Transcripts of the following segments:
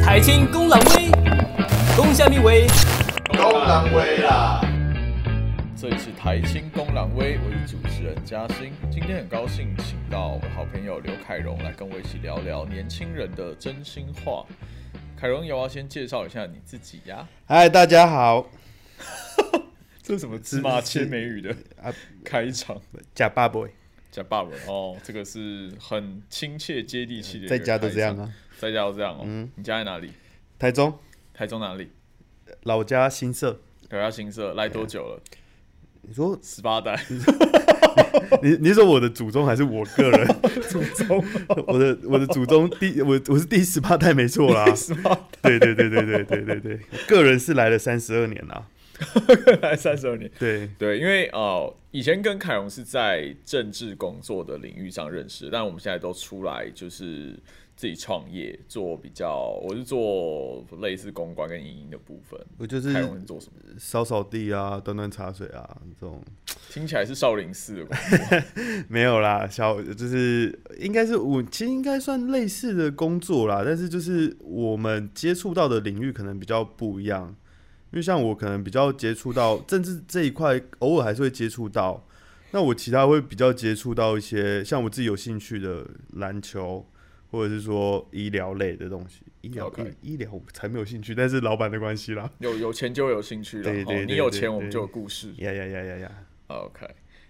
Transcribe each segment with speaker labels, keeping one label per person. Speaker 1: 台青公狼威，公虾米威，
Speaker 2: 公然威啦！
Speaker 3: 这里是台青公狼威，我是主持人嘉欣。今天很高兴请到我的好朋友刘凯荣来跟我一起聊聊年轻人的真心话。凯荣，要不要先介绍一下你自己呀、
Speaker 4: 嗨，大家好，
Speaker 3: 这是什么芝麻切美语的
Speaker 4: 啊
Speaker 3: 开场？
Speaker 4: 假爸 boy，
Speaker 3: 讲爸爸哦，这个是很亲切接地气的。
Speaker 4: 在家都这样，啊。嗯
Speaker 3: 在家都这样哦。你家在哪里？
Speaker 4: 台中
Speaker 3: 台中哪里？
Speaker 4: 老家新社，
Speaker 3: 台大新社来多久
Speaker 4: 嗯
Speaker 3: 了？
Speaker 4: 你说
Speaker 3: 十 八代。
Speaker 4: 你你说我的祖宗还是我个人祖宗？我的我的祖宗第我我是第十八代没错 啦。
Speaker 3: 十八
Speaker 4: 对对对对对对对对，个人是来了三十二年啦。
Speaker 3: 代来三十二年。
Speaker 4: 对，
Speaker 3: 对，因为呃，以前跟凯荣是在政治工作的领域上认识，但我们现在都出来就是自己创业，做比较，我是做类似公关跟影音的部分。
Speaker 4: 我就是
Speaker 3: 凯荣是做什么？
Speaker 4: 扫扫地啊，端端茶水啊，这种
Speaker 3: 听起来是少林寺的工作，
Speaker 4: 没有啦，小就是应该是我其实应该算类似的工作啦，但是就是我们接触到的领域可能比较不一样，因为像我可能比较接触到 政治这一块，偶尔还是会接触到。那我其他会比较接触到一些像我自己有兴趣的篮球，或者是说医疗类的东西。医疗
Speaker 3: OK
Speaker 4: 医医疗我才没有兴趣，但是老板的关系 啦。
Speaker 3: 有有钱就有兴趣了。
Speaker 4: 对对
Speaker 3: 哦，你
Speaker 4: 对
Speaker 3: 有
Speaker 4: 对
Speaker 3: 钱，我们
Speaker 4: 对
Speaker 3: 就有故事。
Speaker 4: 呀呀呀呀呀！
Speaker 3: OK，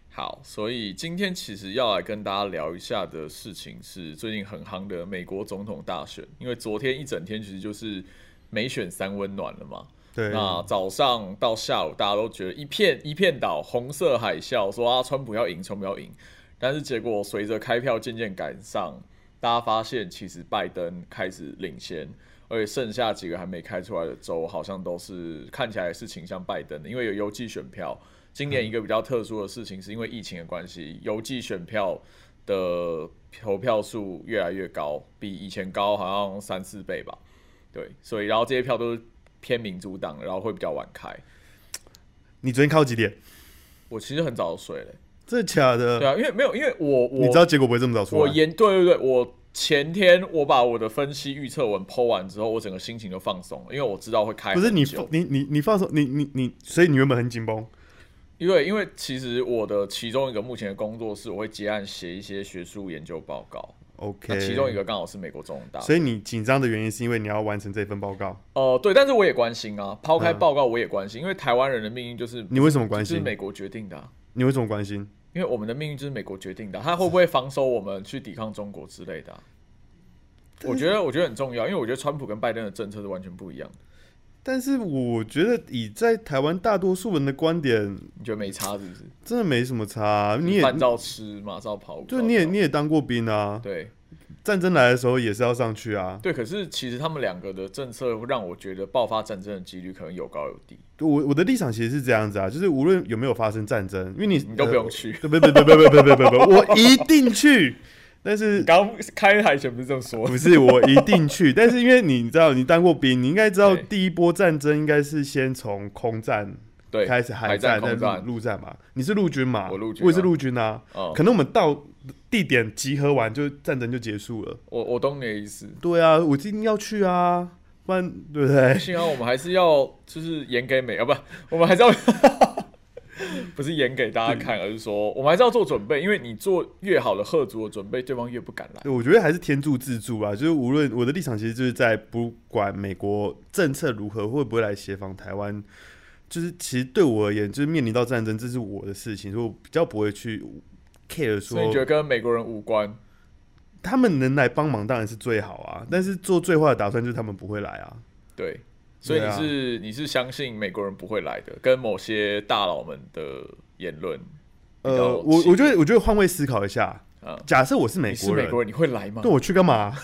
Speaker 3: 好，所以今天其实要来跟大家聊一下的事情是最近很夯的美国总统大选，因为昨天一整天其实就是美选三温暖了嘛。
Speaker 4: 对，
Speaker 3: 那早上到下午，大家都觉得一片一片倒，红色海啸，说啊，川普要赢，川普要赢。但是结果随着开票渐渐赶上，大家发现其实拜登开始领先，而且剩下几个还没开出来的州，好像都是看起来是倾向拜登的，因为有邮寄选票。今年一个比较特殊的事情，是因为疫情的关系，邮寄选票的投票数越来越高，比以前高好像三四倍吧。对，所以然后这些票都是偏民主党，然后会比较晚开。
Speaker 4: 你昨天靠几点？
Speaker 3: 我其实很早就睡了、
Speaker 4: 这假的？
Speaker 3: 对啊，因为没有，因为我我
Speaker 4: 你知道结果不会这么早出来。
Speaker 3: 我研对对对，我前天我把我的分析预测文剖完之后，我整个心情就放松了，因为我知道会开
Speaker 4: 不是
Speaker 3: 很
Speaker 4: 你
Speaker 3: 久
Speaker 4: 你你你放松，你你你，所以你原本很紧绷。
Speaker 3: 因为因为其实我的其中一个目前的工作是我会接案写一些学术研究报告，那
Speaker 4: OK，
Speaker 3: 啊其中一，个刚啊好是美国总统大选
Speaker 4: 所以你紧张的原因是因为你要完成这份报告。
Speaker 3: 哦、对，但是我也关心啊，抛开
Speaker 4: 嗯
Speaker 3: 报告我也关心，因为台湾人的命运就是
Speaker 4: 你为什么关
Speaker 3: 就是
Speaker 4: 心？
Speaker 3: 美国决定的啊、
Speaker 4: 你为什么关心？
Speaker 3: 因为我们的命运就是美国决定的，啊他会不会防守我们去抵抗中国之类的啊、我觉得我觉得很重要，因为我觉得川普跟拜登的政策是完全不一样的。
Speaker 4: 但是我觉得以在台湾大多数人的观点，
Speaker 3: 你觉得没差是不是？
Speaker 4: 真的没什么差啊。你也
Speaker 3: 饭照吃，马照跑，
Speaker 4: 就你也
Speaker 3: 舞照
Speaker 4: 你也当过兵啊
Speaker 3: 跳，对
Speaker 4: 战争来的时候也是要上去啊。
Speaker 3: 对，可是其实他们两个的政策会让我觉得爆发战争的几率可能有高有低，
Speaker 4: 我我的立场其实是这样子啊，就是无论有没有发生战争，因为你
Speaker 3: 你都不用去。
Speaker 4: 呃，不 不不不不不不不不，我一定去。但是
Speaker 3: 刚开台前不是这么说
Speaker 4: 不是我一定去，但是因为你知道，你当过兵，你应该知道
Speaker 3: 对
Speaker 4: 第一波战争应该是先从空战
Speaker 3: 对，
Speaker 4: 开始，
Speaker 3: 海
Speaker 4: 海
Speaker 3: 战、
Speaker 4: 战再
Speaker 3: 空战，
Speaker 4: 陆陆战嘛。你是陆军嘛？
Speaker 3: 我陆军啊
Speaker 4: 我也是陆军啊。
Speaker 3: 哦
Speaker 4: 可能我们到地点集合完，就战争就结束了。
Speaker 3: 我我懂你的意思。
Speaker 4: 对啊，我今天要去啊，不然对不对？
Speaker 3: 幸好我们还是要就是演给美啊，不，我们还是要 不是演给大家看，而是说我们还是要做准备，因为你做越好的贺族的准备，对方越不敢来。
Speaker 4: 对我觉得还是天助自助啊，就是无论我的立场，其实就是在不管美国政策如何，会不会来协防台湾，就是其实对我而言，就是面临到战争，这是我的事情，所以我比较不会去 care
Speaker 3: 所以你觉
Speaker 4: 说
Speaker 3: 得跟美国人无关？
Speaker 4: 他们能来帮忙当然是最好啊，但是做最坏的打算就是他们不会来啊。
Speaker 3: 对，所以
Speaker 4: 对
Speaker 3: 你
Speaker 4: 啊
Speaker 3: 是、你是相信美国人不会来的，跟某些大佬们的言论。比较
Speaker 4: 呃，我
Speaker 3: 奇
Speaker 4: 我觉得我觉得换位思考一下，
Speaker 3: 啊
Speaker 4: 假设我是美
Speaker 3: 你是
Speaker 4: 国
Speaker 3: 美
Speaker 4: 人，
Speaker 3: 国人，你会来吗
Speaker 4: 那？我去干嘛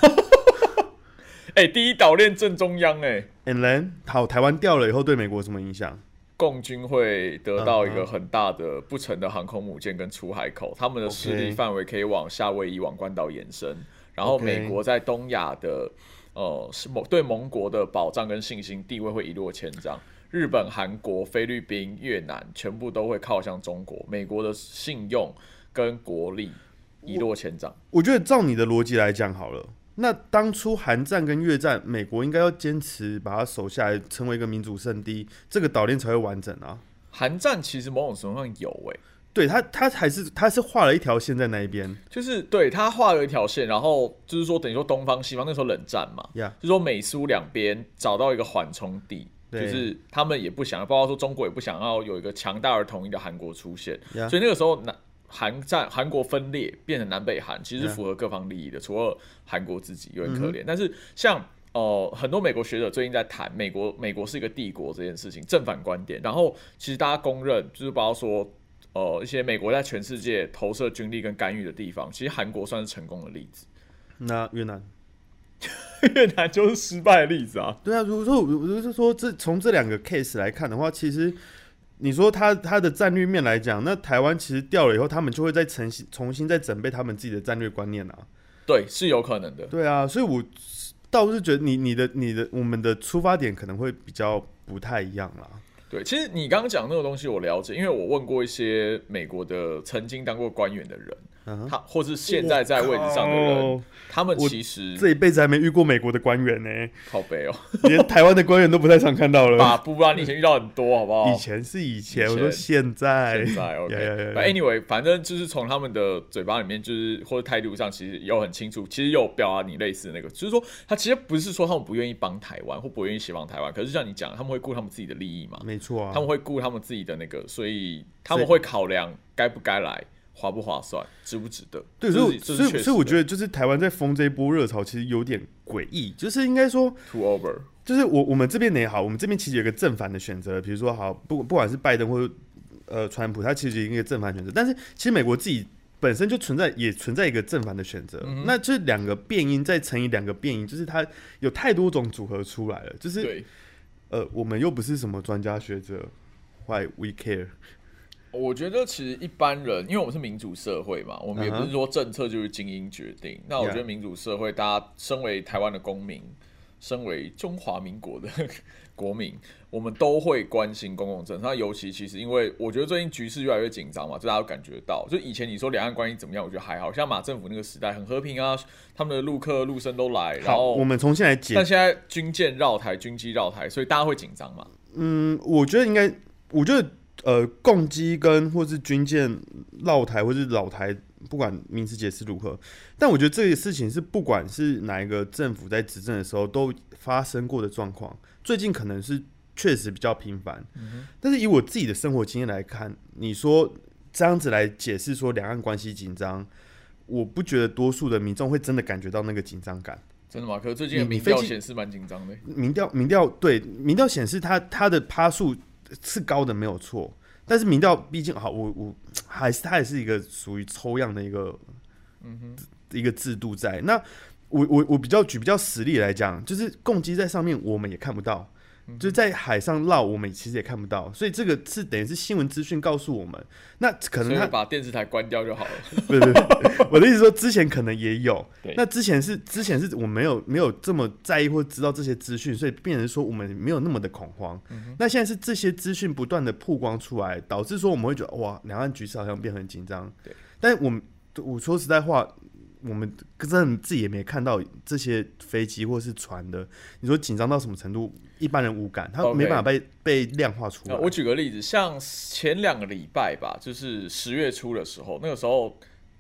Speaker 3: 哎、第一岛链正中央、哎，
Speaker 4: ？And then 好，台湾掉了以后对美国有什么影响？
Speaker 3: 共军会得到一个
Speaker 4: 嗯哼
Speaker 3: 很大的不成的航空母舰跟出海口，他们的势力
Speaker 4: OK
Speaker 3: 范围可以往夏威夷、往关岛延伸。然后
Speaker 4: OK
Speaker 3: 美国在东亚的呃是盟对盟国的保障跟信心地位会一落千丈。日本、韩国、菲律宾、越南全部都会靠向中国，美国的信用跟国力一落千丈。
Speaker 4: 我觉得照你的逻辑来讲好了，那当初韩战跟越战，美国应该要坚持把它守下来，成为一个民主圣地，这个岛链才会完整啊。
Speaker 3: 韩战其实某种程度上有欸诶、
Speaker 4: 对他，他还是他是画了一条线在那一边
Speaker 3: 就是对他画了一条线，然后就是说等于说东方西方那时候冷战嘛，
Speaker 4: 呀
Speaker 3: 就是说美苏两边找到一个缓冲地，就
Speaker 4: 对
Speaker 3: 是他们也不想，包括说中国也不想要有一个强大而统一的韩国出现，
Speaker 4: 呀
Speaker 3: 所以那个时候南韩战韩国分裂变成南北韩，其实是
Speaker 4: Yeah.
Speaker 3: 符合各方利益的，除了韩国自己有点可怜。但是像呃很多美国学者最近在谈美国美国是一个帝国这件事情正反观点，然后其实大家公认就是包括说。呃，一些美国在全世界投射军力跟干预的地方，其实韩国算是成功的例 子，
Speaker 4: 那越南，
Speaker 3: 越南就是失败的例子啊。
Speaker 4: 对啊，如果说如果是说这从这两个 case 来看的话，其实你说他他的战略面来讲，那台湾其实掉了以后，他们就会再重新重新再准备他们自己的战略观念啊。
Speaker 3: 对，是有可能的。
Speaker 4: 对啊，所以我倒是觉得你你的你的我们的出发点可能会比较不太一样啦。
Speaker 3: 对，其实你刚刚讲那个东西我了解，因为我问过一些美国的曾经当过官员的人，
Speaker 4: 嗯哼
Speaker 3: 他或是现在在位置上的人
Speaker 4: 哦，
Speaker 3: 他们
Speaker 4: 我
Speaker 3: 其实
Speaker 4: 这一辈子还没遇过美国的官员呢、
Speaker 3: 靠背哦，
Speaker 4: 连台湾的官员都不太常看到
Speaker 3: 把
Speaker 4: 了。
Speaker 3: 不然你以前遇到很多，好不 好？
Speaker 4: 以前是以前，
Speaker 3: 以前
Speaker 4: 我说现在，
Speaker 3: 现在 OK，
Speaker 4: 呀呀呀呀
Speaker 3: 反正 anyway，反正就是从他们的嘴巴里面，就是或者态度上，其实有很清楚，其实有表达你类似的那个，就是说他其实不是说他们不愿意帮台湾或不愿意协防台湾，可是像你讲，他们会顾他们自己的利益嘛，
Speaker 4: 没错啊，
Speaker 3: 他们会顾他们自己的那个，所以他们会考量该不该来，划不划算，值不值得。
Speaker 4: 对，
Speaker 3: 这
Speaker 4: 所
Speaker 3: 是
Speaker 4: 以
Speaker 3: 这
Speaker 4: 所
Speaker 3: 是
Speaker 4: 以
Speaker 3: 确实
Speaker 4: 所以我
Speaker 3: 的
Speaker 4: 觉得就是台湾在封这一波热潮，其实有点诡异，就是应该说，
Speaker 3: too over，
Speaker 4: 就是我我们这边也好，我们这边其实有一个正反的选择，比如说好，不不管是拜登或者呃川普，他其实有一个正反选择，但是其实美国自己本身就存在也存在一个正反的选择，
Speaker 3: 嗯
Speaker 4: 那这两个变音再乘以两个变音，就是它有太多种组合出来了，就是
Speaker 3: 对。
Speaker 4: 呃我们又不是什么专家学者，Why we care？
Speaker 3: 我觉得其实一般人，因为我们是民主社会嘛，我们也
Speaker 4: 嗯哼
Speaker 3: 不是说政策就是精英决定。那我
Speaker 4: Yeah
Speaker 3: 觉得民主社会，大家身为台湾的公民，身为中华民国的国民， 我们都会关心公共政策。那尤其其实，因为我觉得最近局势越来越紧张嘛，这大家都感觉到。就以前你说两岸关系怎么样，我觉得还好像马政府那个时代很和平啊，他们的陆客陆生都来，然
Speaker 4: 好，
Speaker 3: 后
Speaker 4: 我们重新来解
Speaker 3: 但现在军舰绕台、军机绕台，所以大家会紧张嘛。
Speaker 4: 嗯，我觉得应该，我觉得呃，共机跟或是军舰绕台或是老台，不管名词解释如何，但我觉得这个事情是不管是哪一个政府在执政的时候都发生过的状况，最近可能是确实比较频繁，但是以我自己的生活经验来看，你说这样子来解释说两岸关系紧张。我不觉得多数的民众会真的感觉到那个紧张感。
Speaker 3: 真的吗？可是最近的
Speaker 4: 你你
Speaker 3: 民调
Speaker 4: 飞机
Speaker 3: 显示蛮紧张的。
Speaker 4: 民调民调对民调显示他他的趴数是高的没有错，但是民调毕竟好，我我还是它也是一个属于抽样的一个
Speaker 3: 嗯
Speaker 4: 一个制度在。那我我我比较举比较实例来讲，就是共机在上面我们也看不到，
Speaker 3: 嗯
Speaker 4: 就是在海上绕我们其实也看不到，所以这个是等于是新闻资讯告诉我们，嗯那可能
Speaker 3: 所
Speaker 4: 他
Speaker 3: 以把电视台关掉就好了。
Speaker 4: 不是，不是我的意思说之前可能也有
Speaker 3: 对，
Speaker 4: 那之前是之前是我没有没有这么在意或知道这些资讯，所以变成说我们没有那么的恐慌。
Speaker 3: 嗯
Speaker 4: 那现在是这些资讯不断的曝光出来，导致说我们会觉得哇，两岸局势好像变很紧张。
Speaker 3: 对，
Speaker 4: 但我们我说实在话。我们真的自己也没看到这些飞机或是船的，你说紧张到什么程度？一般人无感，他
Speaker 3: OK
Speaker 4: 没办法被被量化出来。
Speaker 3: 呃我举个例子，像前两个礼拜吧，就是十月初的时候，那个时候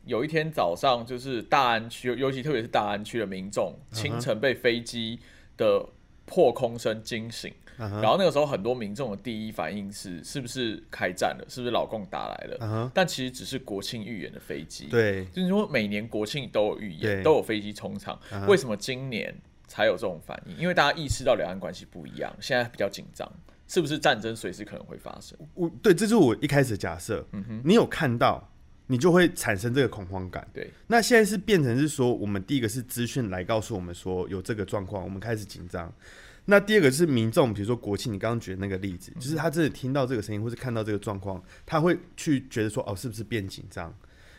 Speaker 3: 有一天早上，就是大安区，尤其特别是大安区的民众，
Speaker 4: 嗯
Speaker 3: 清晨被飞机的破空声惊醒。
Speaker 4: 嗯哼
Speaker 3: 然后那个时候，很多民众的第一反应是，是不是开战了？是不是老共打来了？
Speaker 4: 嗯哼
Speaker 3: 但其实只是国庆预演的飞机。
Speaker 4: 对，
Speaker 3: 就是说每年国庆都有预演，
Speaker 4: 对嗯
Speaker 3: 都有飞机冲场，为什么今年才有这种反应？因为大家意识到两岸关系不一样，现在比较紧张，是不是战争随时可能会发生？
Speaker 4: 我对，这就是我一开始的假设。你有看到，你就会产生这个恐慌感。
Speaker 3: 对，
Speaker 4: 那现在是变成是说，我们第一个是资讯来告诉我们说有这个状况，我们开始紧张。那第二个是民众，比如说国庆，你刚刚举的那个例子，就是他真的听到这个声音或是看到这个状况，他会去觉得说，哦，是不是变紧张？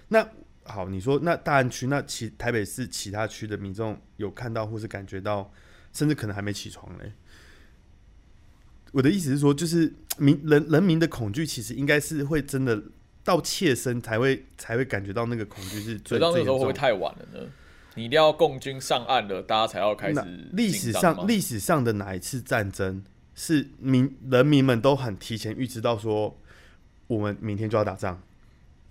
Speaker 4: 那好，你说那大安区，那其台北市其他区的民众有看到或是感觉到，甚至可能还没起床嘞。我的意思是说，就是民人人民的恐惧，其实应该是会真的到切身才会才会感觉到那个恐惧是
Speaker 3: 所
Speaker 4: 最
Speaker 3: 以到那
Speaker 4: 最严
Speaker 3: 个时候
Speaker 4: 重
Speaker 3: 会不会
Speaker 4: 的。
Speaker 3: 太晚了呢？你一定要共军上岸了，大家才要开始
Speaker 4: 那历史
Speaker 3: 紧张吗
Speaker 4: 上历史上的哪一次战争是民人民们都很提前预知到说我们明天就要打仗？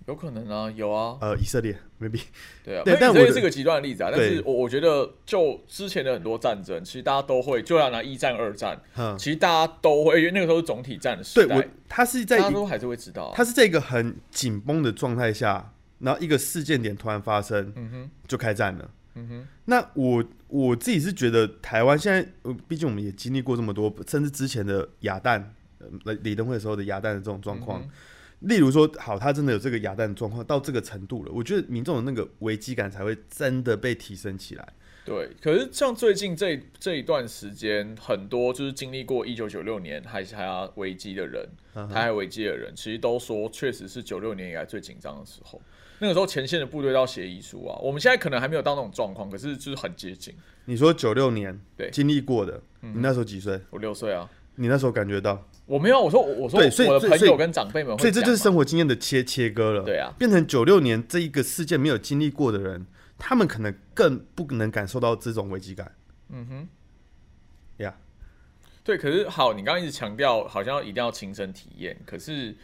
Speaker 3: 有可能啊，有啊，
Speaker 4: 呃，以色列 maybe
Speaker 3: 对啊，
Speaker 4: 对
Speaker 3: 所以
Speaker 4: 但
Speaker 3: 这
Speaker 4: 我
Speaker 3: 个
Speaker 4: 的
Speaker 3: 是个极端的例子啊。但是
Speaker 4: 对
Speaker 3: 我我觉得，就之前的很多战争，其实大家都会，就要拿一战、二战，
Speaker 4: 嗯，
Speaker 3: 其实大家都会，因为那个时候是总体战的时
Speaker 4: 对
Speaker 3: 代，
Speaker 4: 我他是在
Speaker 3: 大家
Speaker 4: 一
Speaker 3: 都还是会知道啊、
Speaker 4: 他是在一个很紧绷的状态下，然后一个事件点突然发生，
Speaker 3: 嗯哼，
Speaker 4: 就开战了。
Speaker 3: 嗯哼，
Speaker 4: 那我我自己是觉得台湾现在，呃毕竟我们也经历过这么多，甚至之前的哑弹，呃，李登辉的时候的哑弹的这种状况。
Speaker 3: 嗯
Speaker 4: 例如说，好，他真的有这个哑弹的状况到这个程度了，我觉得民众的那个危机感才会真的被提升起来。
Speaker 3: 对。可是像最近这这一段时间，很多就是经历过一九九六年海峡危机的人，
Speaker 4: 嗯哼
Speaker 3: 台海危机的人，其实都说，确实是九六年以来最紧张的时候。那个时候前线的部队到协议书啊，我们现在可能还没有到那种状况，可是就是很接近。
Speaker 4: 你说九六年
Speaker 3: 对
Speaker 4: 经历过的，你那时候几岁？
Speaker 3: 我六岁啊，
Speaker 4: 你那时候感觉到，
Speaker 3: 我没有，啊我说我我说
Speaker 4: 对所以
Speaker 3: 我的
Speaker 4: 所以
Speaker 3: 朋
Speaker 4: 所
Speaker 3: 友
Speaker 4: 以
Speaker 3: 跟长辈们会
Speaker 4: 所以这就是
Speaker 3: 讲
Speaker 4: 生活经验的切切割了。
Speaker 3: 对啊
Speaker 4: 变成九六年这一个事件没有经历过的人，他们可能更不能感受到这种危机感。
Speaker 3: 嘛，嗯哼，
Speaker 4: 呀、
Speaker 3: 对。可是好，你刚刚一直强调好像一定要亲身体验，可是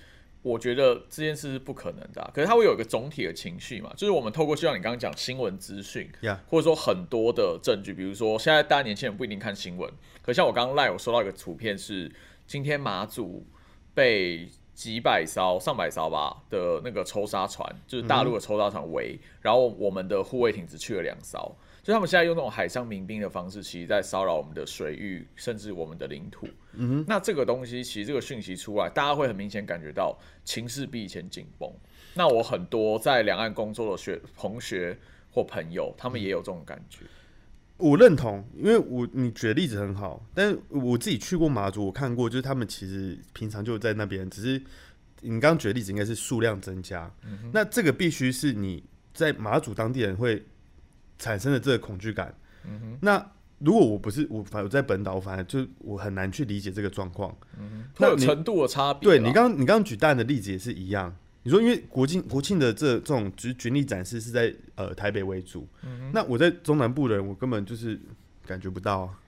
Speaker 3: 我觉得这件事是不可能的啊、可是它会有一个总体的情绪嘛，就是我们透过就像你刚刚讲新闻资讯
Speaker 4: Yeah
Speaker 3: 或者说很多的证据，比如说现在大家年轻人不一定看新闻，可像我刚刚赖我收到一个图片是今天马祖被几百艘、上百艘吧的那个抽沙船，就是大陆的抽沙船围，然后我们的护卫艇只去了两艘，就他们现在用那种海上民兵的方式，其实在骚扰我们的水域，甚至我们的领土。嗯哼，那这个东西其实这个讯息出来，大家会很明显感觉到情势比以前紧绷。那我很多在两岸工作的学同学或朋友，他们也有这种感觉。
Speaker 4: 我认同，因为我你举的例子很好，但是我自己去过马祖，我看过，就是他们其实平常就在那边，只是你刚刚举的例子应该是数量增加，那这个必须是你在马祖当地人会产生的这个恐惧感。那如果我不是我反我在本岛，我反而就我很难去理解这个状况。
Speaker 3: 会
Speaker 4: 嗯那
Speaker 3: 有
Speaker 4: 你
Speaker 3: 程度的差别啦。
Speaker 4: 对你刚你刚刚举蛋的例子也是一样。你说，因为国庆国庆的这这种举举例展示是在呃台北为主，
Speaker 3: 嗯
Speaker 4: 那我在中南部的人，我根本就是感觉不到、啊。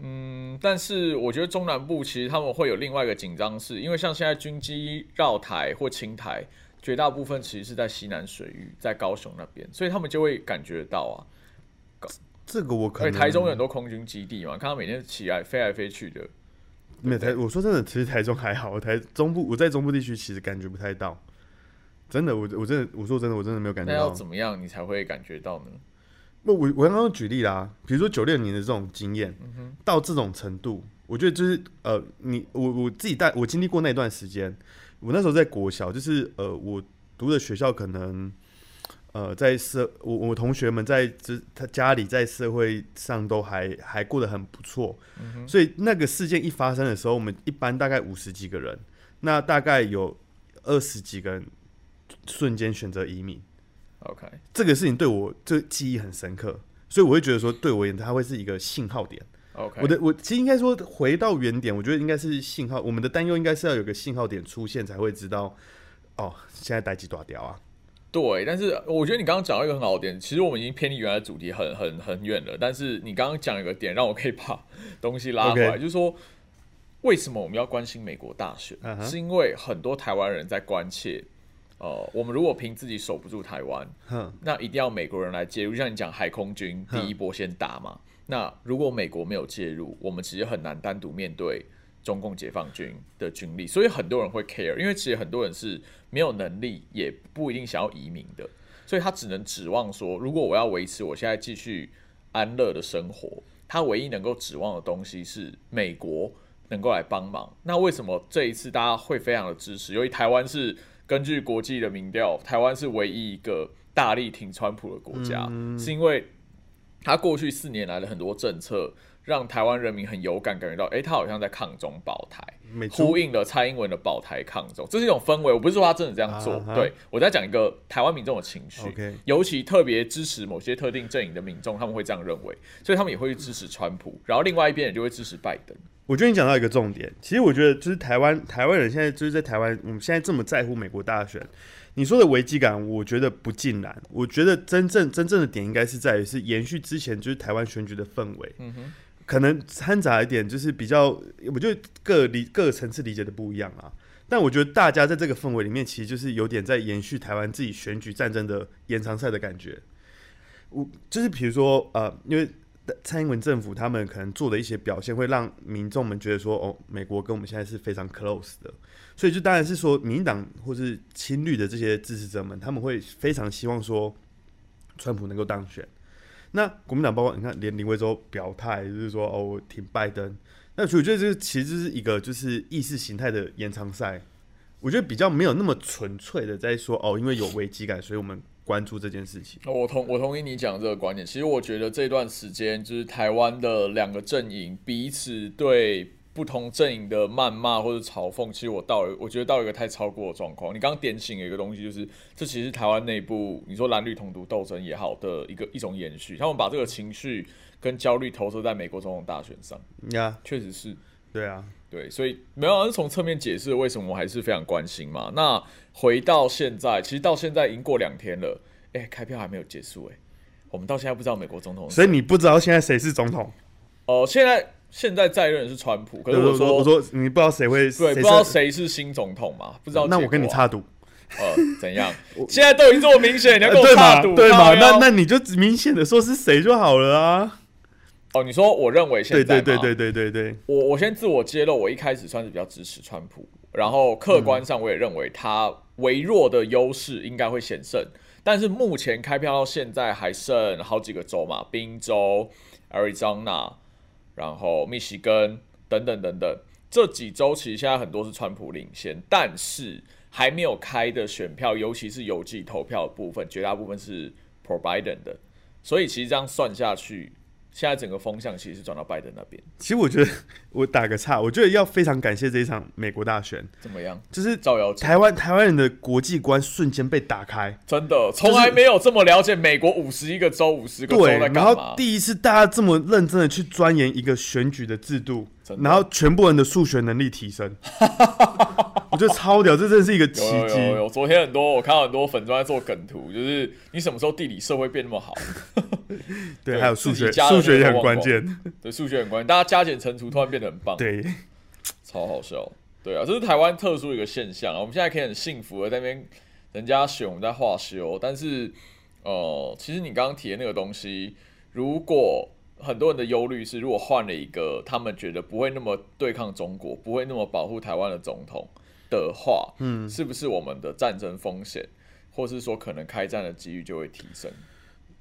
Speaker 3: 嗯，但是我觉得中南部其实他们会有另外一个紧张，是因为像现在军机绕台或青台，绝大部分其实是在西南水域，在高雄那边，所以他们就会感觉到啊。
Speaker 4: 这个我可
Speaker 3: 而
Speaker 4: 能
Speaker 3: 且哎台中有很多空军基地嘛，看他每天起来飞来飞去的。
Speaker 4: 没有台，我说真的，其实台中还好，我台中部我在中部地区其实感觉不太到，真的，我我真的我说真的，我真的没有感觉
Speaker 3: 那
Speaker 4: 到
Speaker 3: 要。怎么样你才会感觉到呢？
Speaker 4: 不，我我刚刚举例啦，比如说九六年的这种经验，到这种程度，我觉得就是呃，你我我自己带我经历过那段时间，我那时候在国小，就是呃，我读的学校可能呃，在社我我同学们在这他家里在社会上都还还过得很不错，所以那个事件一发生的时候，我们一般大概五十几个人，那大概有二十几个人瞬间选择移民。
Speaker 3: OK，
Speaker 4: 这个事情对我这记忆很深刻，所以我会觉得说，对我而言，它会是一个信号点。
Speaker 3: OK，
Speaker 4: 我的我其实应该说回到原点，我觉得应该是信号。我们的担忧应该是要有个信号点出现，才会知道哦，现在待几多屌啊？
Speaker 3: 对，但是我觉得你刚刚讲到一个很好的点，其实我们已经偏离原来的主题很很很远了。但是你刚刚讲一个点，让我可以把东西拉回来
Speaker 4: OK
Speaker 3: 就是说为什么我们要关心美国大选
Speaker 4: 嗯哼
Speaker 3: 是因为很多台湾人在关切。呃，我们如果凭自己守不住台湾，
Speaker 4: 哼，
Speaker 3: 那一定要美国人来介入。就像你讲，海空军第一波先打嘛。那如果美国没有介入，我们其实很难单独面对中共解放军的军力，所以很多人会 care，因为其实很多人是没有能力，也不一定想要移民的，所以他只能指望说，如果我要维持我现在继续安乐的生活，他唯一能够指望的东西是美国能够来帮忙。那为什么这一次大家会非常的支持？由于台湾是根据国际的民调，台湾是唯一一个大力挺川普的国家，是因为他过去四年来的很多政策，让台湾人民很有感，感觉到，诶，他好像在抗中保台。
Speaker 4: 美珠
Speaker 3: 呼应了蔡英文的保台抗中，这是一种氛围。我不是说他真的这样做
Speaker 4: 啊哈
Speaker 3: 对我在讲一个台湾民众的情绪
Speaker 4: OK
Speaker 3: 尤其特别支持某些特定阵营的民众，他们会这样认为，所以他们也会去支持川普，然后另外一边人就会支持拜登。
Speaker 4: 我觉得你讲到一个重点，其实我觉得就是台湾台湾人现在就是在台湾，我们现在这么在乎美国大选，你说的危机感，我觉得不尽然。我觉得真正真正的点应该是在于是延续之前就是台湾选举的氛围，
Speaker 3: 嗯哼，
Speaker 4: 可能掺杂一点就是比较，我觉得各理各个层次理解的不一样啊。但我觉得大家在这个氛围里面，其实就是有点在延续台湾自己选举战争的延长赛的感觉。我就是比如说呃，因为蔡英文政府他们可能做的一些表现，会让民众们觉得说，哦，美国跟我们现在是非常 close 的，所以就当然是说，民进党或是亲绿的这些支持者们，他们会非常希望说，川普能够当选。那国民党包括你看，连林维洲表态就是说，哦，我挺拜登。那所以我觉得这其实就是一个就是意识形态的延长赛，我觉得比较没有那么纯粹的在说，哦，因为有危机感，所以我们关注这件事情。
Speaker 3: 我同我同意你讲这个观点。其实我觉得这段时间就是台湾的两个阵营彼此对不同阵营的谩骂或者嘲讽，其实我到了我觉得到了一个太超过的状况。你刚刚点醒了一个东西，就是这其实是台湾内部你说蓝绿统独斗争也好的一个一种延续，他们把这个情绪跟焦虑投射在美国总统大选上，
Speaker 4: 呀、
Speaker 3: 确实是。
Speaker 4: 对啊，
Speaker 3: 对，所以没有啊，是从侧面解释为什么我还是非常关心嘛。那回到现在，其实到现在已经过两天了，哎、开票还没有结束哎、我们到现在不知道美国总统是
Speaker 4: 所以
Speaker 3: 谁
Speaker 4: 你不知道现在谁是总统。
Speaker 3: 哦、现在现在在任的是川普，可是
Speaker 4: 我
Speaker 3: 我
Speaker 4: 说
Speaker 3: 说
Speaker 4: 我说你不知道谁会
Speaker 3: 对，
Speaker 4: 谁
Speaker 3: 不
Speaker 4: 是
Speaker 3: 知道谁是新总统嘛，不知道、
Speaker 4: 那我跟你
Speaker 3: 差
Speaker 4: 插赌，
Speaker 3: 呃怎样？现在都已经这么明显，你要
Speaker 4: 呃
Speaker 3: 跟
Speaker 4: 对
Speaker 3: 我
Speaker 4: 嘛
Speaker 3: 插赌、
Speaker 4: 对嘛？
Speaker 3: 靠腰
Speaker 4: 那那你就明显的说是谁就好了啊。
Speaker 3: 哦，你说我认为现
Speaker 4: 对
Speaker 3: 在
Speaker 4: 对
Speaker 3: 嘛
Speaker 4: 对对对对对，
Speaker 3: 我我先自我揭露，我一开始算是比较支持川普，然后客观上我也认为他微弱的优势应该会险胜，但是目前开票到现在还剩好几个州嘛，宾州、Arizona，然后密西根等等等等，这几州其实现在很多是川普领先，但是还没有开的选票，尤其是邮寄投票的部分，绝大部分是 pro Biden 的，所以其实这样算下去，现在整个风向其实是转到拜登那边，
Speaker 4: 其实我觉得 我打个岔，我觉得要非常感谢这一场美国大选，
Speaker 3: 怎么样？
Speaker 4: 就是
Speaker 3: 造谣者
Speaker 4: 台湾台湾人的国际观瞬间被打开。
Speaker 3: 真的从来没有这么了解美国五十一个州、五十个州
Speaker 4: 对
Speaker 3: 在，
Speaker 4: 然
Speaker 3: 干
Speaker 4: 后
Speaker 3: 嘛。
Speaker 4: 第一次大家这么认真的去钻研一个选举的制度
Speaker 3: 真，的
Speaker 4: 然后全部人的数学能力提 升，我觉得超屌，这真的是一个奇
Speaker 3: 有有
Speaker 4: 迹。
Speaker 3: 有有，昨天很多我看到很多粉砖在做梗图，就是你什么时候地理社会变那么好？
Speaker 4: 对，
Speaker 3: 对
Speaker 4: 还有数
Speaker 3: 自己
Speaker 4: 学，
Speaker 3: 加的
Speaker 4: 数学也
Speaker 3: 那个
Speaker 4: 很关
Speaker 3: 旺旺
Speaker 4: 键。
Speaker 3: 对，数学很关键，大家加减乘除突然变得很棒，，
Speaker 4: 对，
Speaker 3: 超好笑。对啊，这是台湾特殊一个现象啊。我们现在可以很幸福的在那边，人家选我们在化修，但是呃，其实你刚刚提的那个东西，如果很多人的忧虑是，如果换了一个他们觉得不会那么对抗中国、不会那么保护台湾的总统的话，嗯，是不是我们的战争风险，或是说可能开战的机遇就会提升？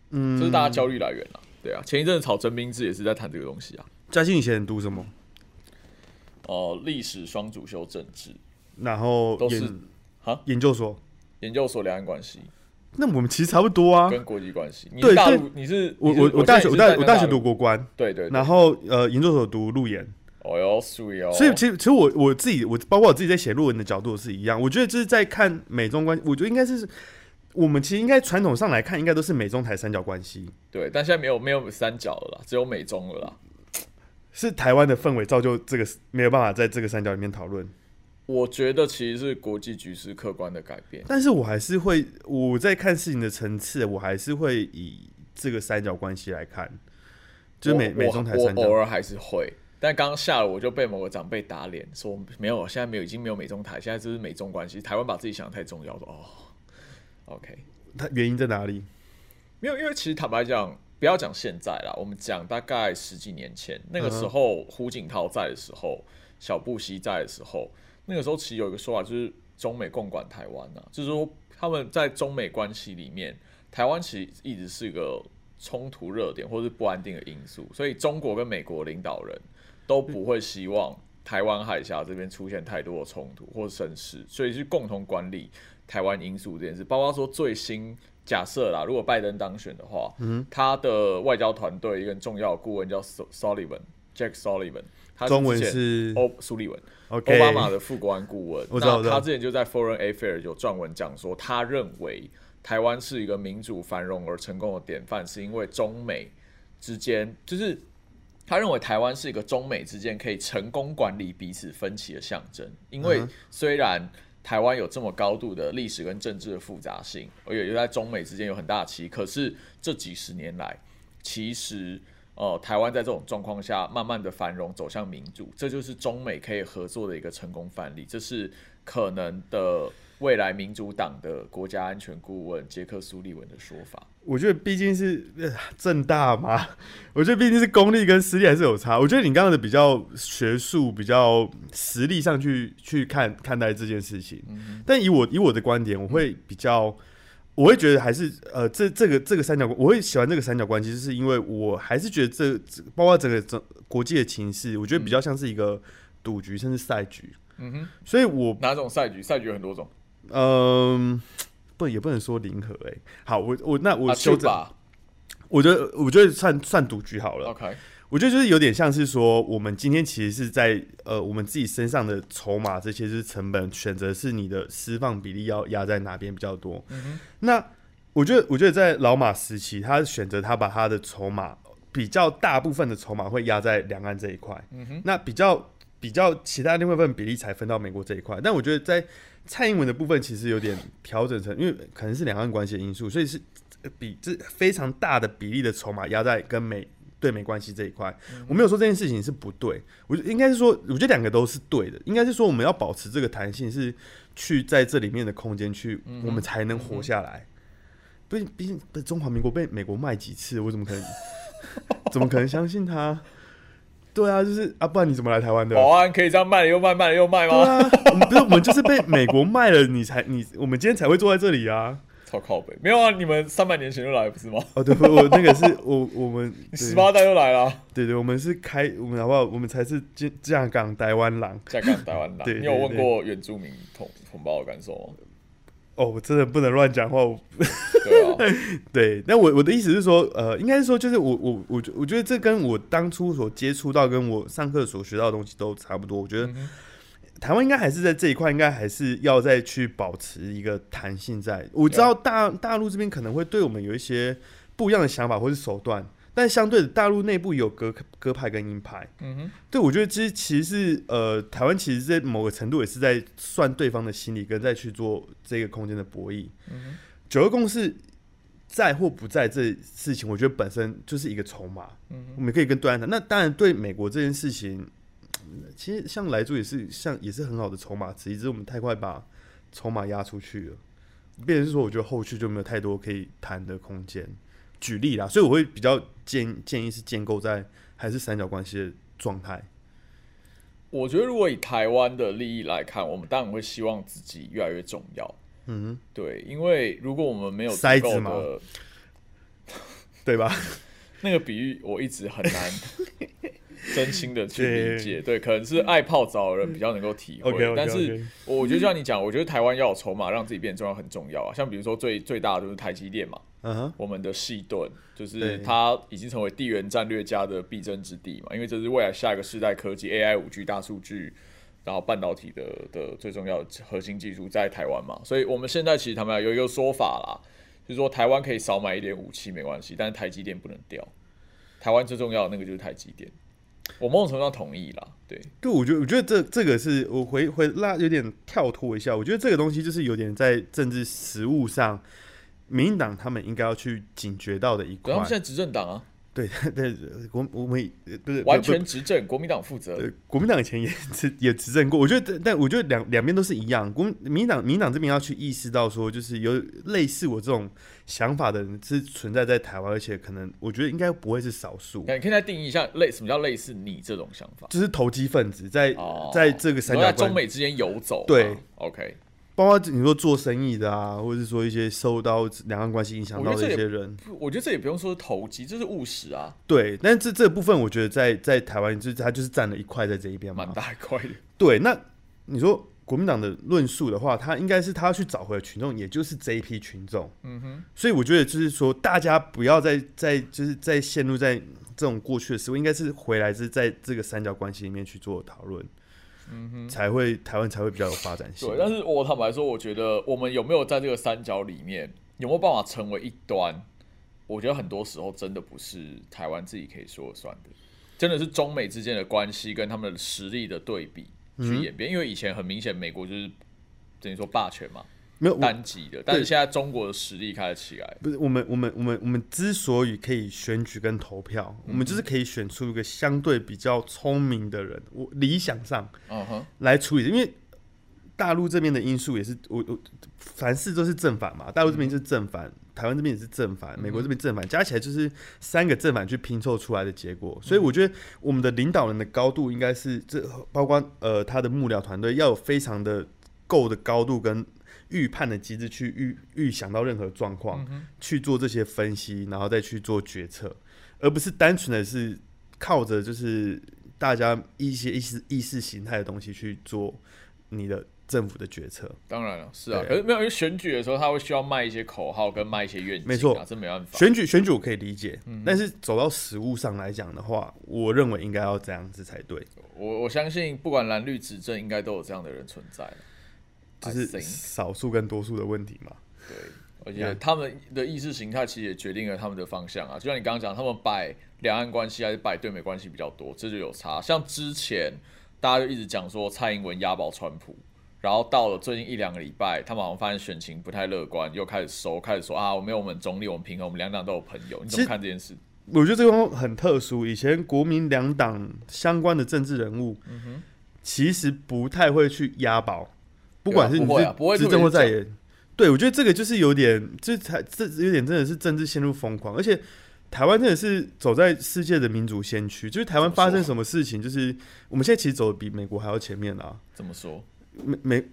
Speaker 4: 嗯
Speaker 3: 这是大家焦虑来源啊。对啊，前一阵子炒征兵制也是在谈这个东西啊。
Speaker 4: 嘉欣以前读什么？
Speaker 3: 呃，历史双主修政治
Speaker 4: 然后
Speaker 3: 都是
Speaker 4: 研
Speaker 3: 哈
Speaker 4: 研究所。
Speaker 3: 研究所两岸关系
Speaker 4: 那我们其实差不多啊。
Speaker 3: 跟国际关系。你
Speaker 4: 对
Speaker 3: 是大
Speaker 4: 对
Speaker 3: 陆，你是
Speaker 4: 我
Speaker 3: 你是
Speaker 4: 我我
Speaker 3: 现
Speaker 4: 大
Speaker 3: 在
Speaker 4: 学
Speaker 3: 也
Speaker 4: 我
Speaker 3: 是
Speaker 4: 大
Speaker 3: 在
Speaker 4: 我
Speaker 3: 跟
Speaker 4: 大学
Speaker 3: 陆
Speaker 4: 读国关，
Speaker 3: 对对，对
Speaker 4: 然后呃研究所读路研，
Speaker 3: 哦哟水哦，
Speaker 4: 所以其实其实我我自己我包括我自己在写论文的角度是一样，我觉得就是在看美中关，我觉得应该是我们其实应该传统上来看，应该都是美中台三角关系，
Speaker 3: 对，但现在没有没有三角了啦，只有美中了啦。
Speaker 4: 是台湾的氛围造就这个没有办法在这个三角里面讨论。
Speaker 3: 我觉得其实是国际局势客观的改变。
Speaker 4: 但是我还是会我在看事情的层次，我还是会以这个三角关系来看，就是美
Speaker 3: 我
Speaker 4: 美中台三
Speaker 3: 我我偶
Speaker 4: 角。
Speaker 3: 尔还是会，但刚刚下午我就被某个长辈打脸，说没有，现在没有，已经没有美中台，现在就是美中关系。台湾把自己想的太重要了。哦，OK，
Speaker 4: 它原因在哪里？
Speaker 3: 没有，因为其实坦白讲，不要讲现在啦，我们讲大概十几年前，那个时候胡锦涛在的时候，小布希在的时候，那个时候其实有一个说法，就是中美共管台湾啊，就是说他们在中美关系里面，台湾其实一直是一个冲突热点或是不安定的因素，所以中国跟美国领导人都不会希望台湾海峡这边出现太多的冲突或是绅士，所以是共同管理台湾因素这件事，包括说最新假设啦，如果拜登当选的话，嗯，他的外交团队一个很重要的顾问叫 Sol- Sullivan Jack Sullivan，他
Speaker 4: 中文
Speaker 3: 之前
Speaker 4: 是
Speaker 3: 欧苏利文，
Speaker 4: OK，
Speaker 3: 哦奥巴马的副国安顾 问。
Speaker 4: 我知道我知
Speaker 3: 那
Speaker 4: 道
Speaker 3: 他之前就在 Foreign Affair 有撰文讲说，他认为台湾是一个民主繁荣而成功的典范，是因为中美之间，就是他认为台湾是一个中美之间可以成功管理彼此分歧的象征。因为
Speaker 4: 嗯哼
Speaker 3: 虽然台湾有这么高度的历史跟政治的复杂性，而且又在中美之间有很大的歧义，可是这几十年来，其实呃，台湾在这种状况下，慢慢的繁荣走向民主，这就是中美可以合作的一个成功范例。这是可能的未来民主党的国家安全顾问杰克苏利文的说法。
Speaker 4: 我觉得毕竟是 呃正大嘛，我觉得毕竟是公立跟私立还是有差。我觉得你刚刚的比较学术、比较实力上去去看看待这件事情，
Speaker 3: 嗯
Speaker 4: 但以我以我的观点，我会比较，我会觉得还是呃，这这个这个三角，我会喜欢这个三角关系，就是因为我还是觉得这这包括整个整国际的情势，我觉得比较像是一个赌局甚至赛局，
Speaker 3: 嗯哼，
Speaker 4: 所以我
Speaker 3: 哪种赛局？赛局有很多种。
Speaker 4: 嗯、不也不能说零和哎、好，我我那我
Speaker 3: 啊
Speaker 4: 修
Speaker 3: 就
Speaker 4: 正。
Speaker 3: 吧
Speaker 4: 我觉得，我觉得算算赌局好了。
Speaker 3: ，OK，
Speaker 4: 我觉得就是有点像是说，我们今天其实是在呃，我们自己身上的筹码这些就是成本选择，是你的释放比例要压在哪边比较多。那我觉得，我觉得在老马时期，他选择他把他的筹码比较大部分的筹码会压在两岸这一块，那比较比较其他另外一份比例才分到美国这一块。但我觉得在蔡英文的部分其实有点调整成，因为可能是两岸关系的因素，所以是呃比这非常大的比例的筹码压在跟美对美关系这一块。
Speaker 3: 嗯
Speaker 4: 我没有说这件事情是不对，我觉得应该是说，我觉得两个都是对的。应该是说我们要保持这个弹性，是去在这里面的空间去，
Speaker 3: 嗯
Speaker 4: 我们才能活下来。毕竟，毕竟不是中华民国被美国卖几次，我怎么可能？ 怎么可能相信他？对啊，就是啊，不然你怎么来台湾的？
Speaker 3: 保安啊可以这样卖了又卖，卖了又卖
Speaker 4: 对
Speaker 3: 吗？
Speaker 4: 啊，我们不是我们就是被美国卖了，你才你我们今天才会坐在这里啊！
Speaker 3: 超靠北，没有啊，你们三百年前就来不是吗？
Speaker 4: 哦，对，我我那个是我我们
Speaker 3: 你十八代就来了，
Speaker 4: 对对对，我们是开我们好不好？我们才是这这样港台湾狼
Speaker 3: 下岗台湾来。
Speaker 4: 对
Speaker 3: 你有问
Speaker 4: 对对
Speaker 3: 过原住民同同胞的感受吗？
Speaker 4: 哦，我真的不能乱讲话。我
Speaker 3: 对 啊，
Speaker 4: 对，但我我的意思是说，呃，应该是说，就是我我我觉我觉得这跟我当初所接触到跟我上课所学到的东西都差不多。我觉得台湾应该还是在这一块，应该还是要再去保持一个弹性在。我知道大大陆这边可能会对我们有一些不一样的想法或是手段，但相对的，大陆内部有鸽鸽派跟鹰派。
Speaker 3: 嗯哼，
Speaker 4: 对，我觉得其实其实是呃，台湾其实，在某个程度也是在算对方的心理，跟在去做这个空间的博弈。九二共识在或不在这事情，我觉得本身就是一个筹码。我们可以跟对岸谈。那当然，对美国这件事情，嗯其实像莱猪也是像也是很好的筹码之一，只是我们太快把筹码压出去了，变成是说，我觉得后续就没有太多可以谈的空间。举例啦，所以我会比较建建议是建构在还是三角关系的状态。
Speaker 3: 我觉得如果以台湾的利益来看，我们当然会希望自己越来越重要。
Speaker 4: 嗯
Speaker 3: 对，因为如果我们没有足
Speaker 4: 塞
Speaker 3: 够
Speaker 4: 子吗
Speaker 3: 的
Speaker 4: 哼，对吧？
Speaker 3: 那个比喻，我一直很 难真心的去理
Speaker 4: 对
Speaker 3: 解。
Speaker 4: 嗯
Speaker 3: 对，可能是爱泡澡的人比较能够体会。
Speaker 4: OK，OK，OK
Speaker 3: 但是我觉得就像你讲，我觉得台湾要有筹码让自己变重要很重要啊。像比如说最最大的就是台积电嘛，
Speaker 4: 嗯哼，
Speaker 3: 我们的细盾，就是
Speaker 4: 对
Speaker 3: 它已经成为地缘战略家的必争之地嘛，因为这是未来下一个世代科技 AI、五 G、大数据，然后半导体的的最重要的核心技术在台湾嘛，所以我们现在其实他们有一个说法啦，就是说台湾可以少买一点武器没关系，但是台积电不能掉，台湾最重要的那个就是台积电，我某种程度上同意啦，对，
Speaker 4: 对，我觉得我觉得这这个是我回回拉有点跳脱一下，我觉得这个东西就是有点在政治实务上，民进党他们应该要去警觉到的一
Speaker 3: 可
Speaker 4: 块
Speaker 3: 他。们现在执政党啊，
Speaker 4: 对， 对，国我们呃不是
Speaker 3: 完
Speaker 4: 不是
Speaker 3: 全执政，国民党负责，
Speaker 4: 呃，国民党以前也执也执政过，我觉得但，但我觉得两两边都是一样。国民民进党民进党这边要去意识到说，就是有类似我这种想法的人是存在在台湾，而且可能我觉得应该不会是少数，
Speaker 3: 那你可以再定义一下类什么叫类似你这种想法。
Speaker 4: 就是投机分子在、
Speaker 3: 哦，
Speaker 4: 在这个三
Speaker 3: 你说
Speaker 4: 角
Speaker 3: 在中
Speaker 4: 关
Speaker 3: 美之间游走嘛，
Speaker 4: 对
Speaker 3: ，OK，
Speaker 4: 包括你说做生意的啊，或者是说一些受到两岸关系影响到
Speaker 3: 我觉
Speaker 4: 的
Speaker 3: 得
Speaker 4: 一
Speaker 3: 这
Speaker 4: 些
Speaker 3: 也
Speaker 4: 人，
Speaker 3: 不我觉得这也不用说是投机，这是务实啊，
Speaker 4: 对，但是这这部分啊我觉得在在台湾就是它就是占了一块在这一边嘛
Speaker 3: 蛮，大一块的。
Speaker 4: 对，那你说国民党的论述的话，他应该是他要去找回的群众，也就是这一批群众。
Speaker 3: 嗯哼，
Speaker 4: 所以我觉得就是说，大家不要再再就是再陷入在这种过去的思维，应该是回来是在这个三角关系里面去做讨论，
Speaker 3: 嗯哼。
Speaker 4: 才会台湾才会比较有发展性
Speaker 3: 对，。但是我坦白说，我觉得我们有没有在这个三角里面，有没有办法成为一端？我觉得很多时候真的不是台湾自己可以说了算的，真的是中美之间的关系跟他们的实力的对比去演变。因为以前很明显，美国就是等于说霸权嘛，
Speaker 4: 没有，我
Speaker 3: 单极的，但是现在中国的实力开始起来。
Speaker 4: 不是我们我们我们我们之所以可以选举跟投票，我们就是可以选出一个相对比较聪明的人，我理想上
Speaker 3: 嗯哼，
Speaker 4: 来处理，因为。大陆这边的因素也是，我我凡事都是正反嘛。大陆这边就是正反，台湾这边也是正反，美国这边正反，加起来就是三个正反去拼凑出来的结果。嗯所以我觉得我们的领导人的高度应该是这，包括呃他的幕僚团队要有非常的够的高度跟预判的机制去预预想到任何状况，去做这些分析，然后再去做决策，而不是单纯的是靠着就是大家一些意识意识形态的东西去做你的政府的决策。
Speaker 3: 当然了，是啊，
Speaker 4: 对啊
Speaker 3: 可是没有，因为选举的时候他会需要卖一些口号跟卖一些愿景、啊，
Speaker 4: 没错
Speaker 3: 这没办法。
Speaker 4: 选举选举我可以理解，
Speaker 3: 嗯
Speaker 4: 但是走到实物上来讲的话，我认为应该要这样子才对，
Speaker 3: 我我相信，不管蓝绿执政，应该都有这样的人存在了。
Speaker 4: 就
Speaker 3: I
Speaker 4: 是
Speaker 3: think
Speaker 4: 少数跟多数的问题嘛。
Speaker 3: 对，而且他们的意识形态其实也决定了他们的方向啊。就像你刚刚讲，他们摆两岸关系还是摆对美关系比较多，这就有差。像之前大家就一直讲说蔡英文押宝川普，然后到了最近一两个礼拜，他们好像发现选情不太乐观，又开始收，开始说啊，我没有我们中立，我们平衡，我们两党都有朋友。你怎
Speaker 4: 其
Speaker 3: 么
Speaker 4: 实
Speaker 3: 看这件事？
Speaker 4: 我觉得这个东西很特殊，以前国民两党相关的政治人物，其实不太会去押宝，不管是你
Speaker 3: 不会啊不会
Speaker 4: 是执政或在野，对我觉得这个就是有点，这才这有点真的是政治陷入疯狂，而且台湾真的是走在世界的民主先驱，就是台湾
Speaker 3: 啊
Speaker 4: 发生什么事情，就是我们现在其实走的比美国还要前面啊，
Speaker 3: 怎么说？
Speaker 4: 美美。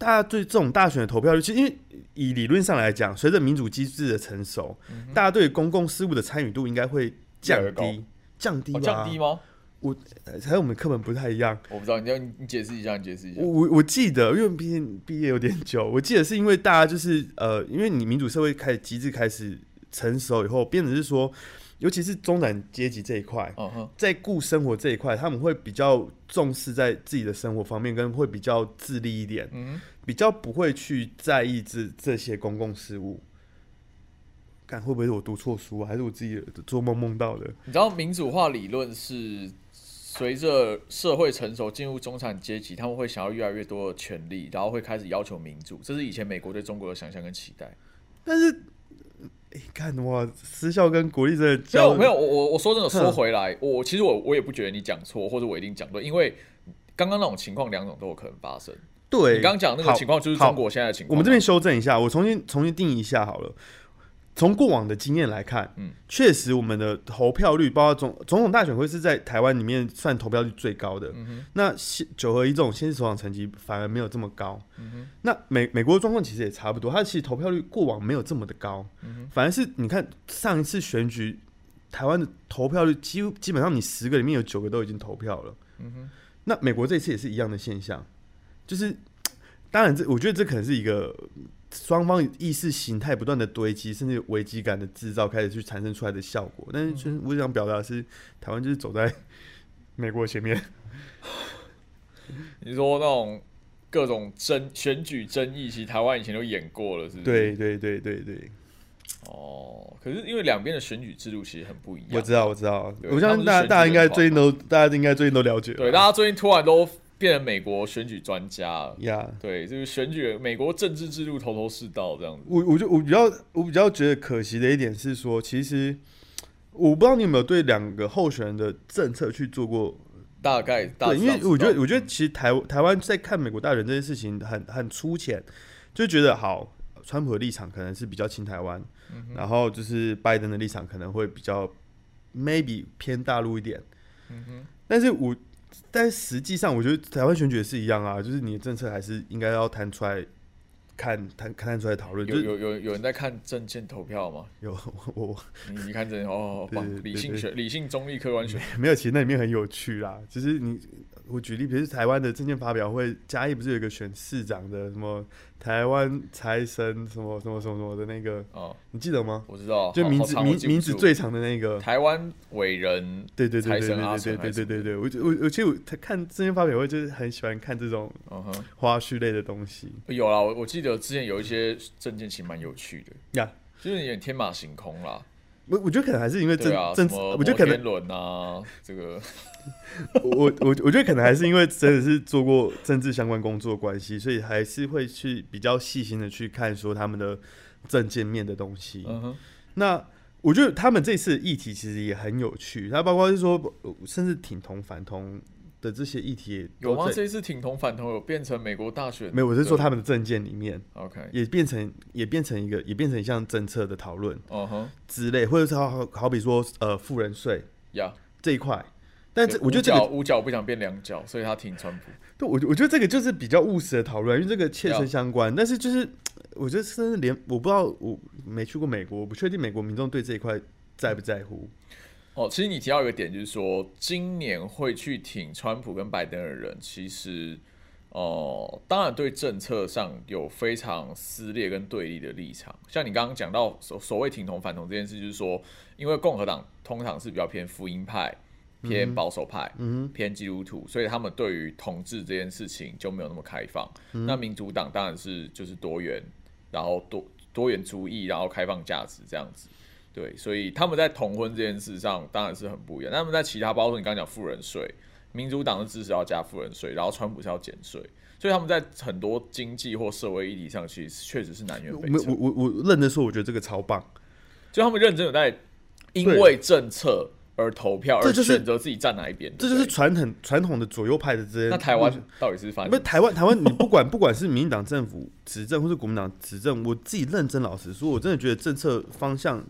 Speaker 4: 大家对这种大选的投票率，其实因为以理论上来讲，随着民主机制的成熟，大家对公共事务的参与度应该会降
Speaker 3: 嗯越来越
Speaker 4: 低，降低吧、
Speaker 3: 哦、降低吗？
Speaker 4: 呃还有我们课本不太一样。
Speaker 3: 我不知道，你要你你解释一下，你解释一下
Speaker 4: 我。我我记得，因为毕竟毕业有点久，我记得是因为大家就是呃，因为你民主社会开始机制开始成熟以后，变成是说，尤其是中产阶级这一块，
Speaker 3: 嗯哼，
Speaker 4: 在顾生活这一块，他们会比较重视在自己的生活方面，跟会比较自立一点，
Speaker 3: 嗯
Speaker 4: 比较不会去在意这这些公共事务。看会不会是我读错书、啊，还是我自己做梦梦到的？
Speaker 3: 你知道民主化理论是随着社会成熟进入中产阶级，他们会想要越来越多的权利，然后会开始要求民主，这是以前美国对中国的想象跟期待。
Speaker 4: 但是，哎、看哇，私校跟国立真的
Speaker 3: 没
Speaker 4: 教
Speaker 3: 有没有，我我我说真的，
Speaker 4: 哼
Speaker 3: 说回来，我其实我我也不觉得你讲错，或者我一定讲对，因为刚刚那种情况两种都有可能发生。
Speaker 4: 对，
Speaker 3: 你刚刚讲那个
Speaker 4: 好
Speaker 3: 情况就是
Speaker 4: 好
Speaker 3: 中国现在的情
Speaker 4: 我
Speaker 3: 况嘛，
Speaker 4: 们这边修正一下，我重新重新定义一下好了。从过往的经验来看，
Speaker 3: 嗯
Speaker 4: 嗯，确实我们的投票率，包括总总统大选会是在台湾里面算投票率最高
Speaker 3: 嗯
Speaker 4: 的。那先九合一这种先是首长成绩反而没有这么高。
Speaker 3: 嗯
Speaker 4: 那美美国的状况其实也差不多，它其实投票率过往没有这么的高，
Speaker 3: 嗯
Speaker 4: 反而是你看上一次选举，台湾的投票率几乎基本上你十个里面有九个都已经投票了。
Speaker 3: 嗯
Speaker 4: 那美国这次也是一样的现象，就是当然这我觉得这可能是一个双方意识形态不断的堆积，甚至危机感的制造开始去产生出来的效果。
Speaker 3: 嗯
Speaker 4: 但是就是我想表达的是，台湾就是走在美国前 面，
Speaker 3: 你说那种各种争选举争议，其实台湾以前都演过了，是不是？
Speaker 4: 对对对对对，
Speaker 3: 哦，可是因为两边的选举制度其实很不一样。
Speaker 4: 我知道我知道，
Speaker 3: 对
Speaker 4: 我相信大家
Speaker 3: 他们是选举
Speaker 4: 大家应该
Speaker 3: 人团
Speaker 4: 最近都大家应该最近都了解了，
Speaker 3: 对，大家最近突然都变成美国选举专家了。
Speaker 4: 呀。
Speaker 3: 对，就是选举美国政治制度头头是道这样子。
Speaker 4: 我我就我比较我比较觉得可惜的一点是说，其实我不知道你有没有对两个候选人的政策去做过
Speaker 3: 大概大
Speaker 4: 对，
Speaker 3: 致
Speaker 4: 因
Speaker 3: 上知
Speaker 4: 为
Speaker 3: 道
Speaker 4: 我觉得，我觉得其实台台湾在看美国大选这件事情很很粗浅，就觉得好，川普的立场可能是比较亲台湾，
Speaker 3: 嗯
Speaker 4: 然后就是拜登的立场可能会比较 maybe 偏大陆一点。
Speaker 3: 嗯
Speaker 4: 但是我但实际上，我觉得台湾选举也是一样啊，就是你的政策还是应该要摊出来看摊摊出来讨论。就
Speaker 3: 有
Speaker 4: 是
Speaker 3: 有有有人在看证件投票吗？
Speaker 4: 有 我我
Speaker 3: 你你看证件哦，
Speaker 4: 对
Speaker 3: 哇
Speaker 4: 对对
Speaker 3: 理性
Speaker 4: 对
Speaker 3: 选理性中立客观选，
Speaker 4: 没有，其实那里面很有趣啦。就是你我举例，比如台湾的证件发表会，嘉义不是有一个选市长的什么台湾财神什么什么什么什么的那个，
Speaker 3: 哦，
Speaker 4: 你记得吗？
Speaker 3: 我知道，
Speaker 4: 就
Speaker 3: 好
Speaker 4: 名
Speaker 3: 好
Speaker 4: 字
Speaker 3: 长我
Speaker 4: 名
Speaker 3: 记不
Speaker 4: 名字
Speaker 3: 住
Speaker 4: 最长的那个，
Speaker 3: 台湾伟人，
Speaker 4: 对对对
Speaker 3: 财
Speaker 4: 对对
Speaker 3: 神阿
Speaker 4: 对对
Speaker 3: 成还
Speaker 4: 对
Speaker 3: 是什
Speaker 4: 对
Speaker 3: 么
Speaker 4: 对对，我就我我其实我他看证件发表会就是很喜欢看这种
Speaker 3: 嗯哼，
Speaker 4: 花絮类的东西
Speaker 3: 有啦，我我记得之前有一些证件其实蛮有趣的，
Speaker 4: 呀。
Speaker 3: 就是有点天马行空啦，
Speaker 4: 我我觉得可能还是因为政
Speaker 3: 对啊，什
Speaker 4: 政治，
Speaker 3: 么
Speaker 4: 我觉得可
Speaker 3: 摩
Speaker 4: 能
Speaker 3: 天轮啊，这 个
Speaker 4: 我我我我觉得可能还是因为真的是做过政治相关工作的关系，所以还是会去比较细心的去看说他们的证件面的东西。
Speaker 3: 嗯哼，
Speaker 4: 那我觉得他们这次的议题其实也很有趣，它包括是说，呃甚至挺同反同的这些议题也
Speaker 3: 有
Speaker 4: 都
Speaker 3: 吗？这
Speaker 4: 在。
Speaker 3: 一次挺同反同有变成美国大选？
Speaker 4: 没有，我是说
Speaker 3: 对
Speaker 4: 他们的证件里面
Speaker 3: OK，
Speaker 4: 也变成也变成一个也变成一项政策的讨论
Speaker 3: 嗯哼，
Speaker 4: 之类，或者是好好好比说呃富人税
Speaker 3: 呀，
Speaker 4: 这一块，但这
Speaker 3: 对
Speaker 4: 我觉得这
Speaker 3: 五角
Speaker 4: 个
Speaker 3: 五角不想变两角，所以他挺川普。
Speaker 4: 对，我觉我觉得这个就是比较务实的讨论，因为这个切身
Speaker 3: Yeah.
Speaker 4: 相关。但是就是，我觉得甚至连我不知道，我没去过美国，我不确定美国民众对这一块在不在乎。
Speaker 3: 哦，其实你提到一个点，就是说今年会去挺川普跟拜登的人，其实哦、呃当然对政策上有非常撕裂跟对立的立场。像你刚刚讲到所所谓挺同反同这件事，就是说，因为共和党通常是比较偏福音派、偏保守派、
Speaker 4: 嗯
Speaker 3: 偏基督徒，所以他们对于同志这件事情就没有那么开放。
Speaker 4: 嗯
Speaker 3: 那民主党当然是就是多元，然后多多元主义，然后开放价值这样子。对，所以他们在同婚这件事上当然是很不一样。那他们在其他，包括你刚刚讲富人税，民主党是支持要加富人税，然后川普是要减税，所以他们在很多经济或社会议题上，其实确实是南辕
Speaker 4: 哼，
Speaker 3: 北
Speaker 4: 没，我
Speaker 3: 辙。
Speaker 4: 我我认真说，我觉得这个超棒。
Speaker 3: 就他们认真有在因
Speaker 4: 对
Speaker 3: 为政策而投票，
Speaker 4: 这
Speaker 3: 而
Speaker 4: 就是
Speaker 3: 选择自己站哪一边。
Speaker 4: 这
Speaker 3: 对
Speaker 4: 就
Speaker 3: 不
Speaker 4: 是
Speaker 3: 对
Speaker 4: 传统传统的左右派的之间。
Speaker 3: 那台湾到底是发
Speaker 4: 不是
Speaker 3: 生什么
Speaker 4: 台湾，台湾你不管不管是民进党政府执政，或是国民党执政，我自己认真老实说，我真的觉得政策方向，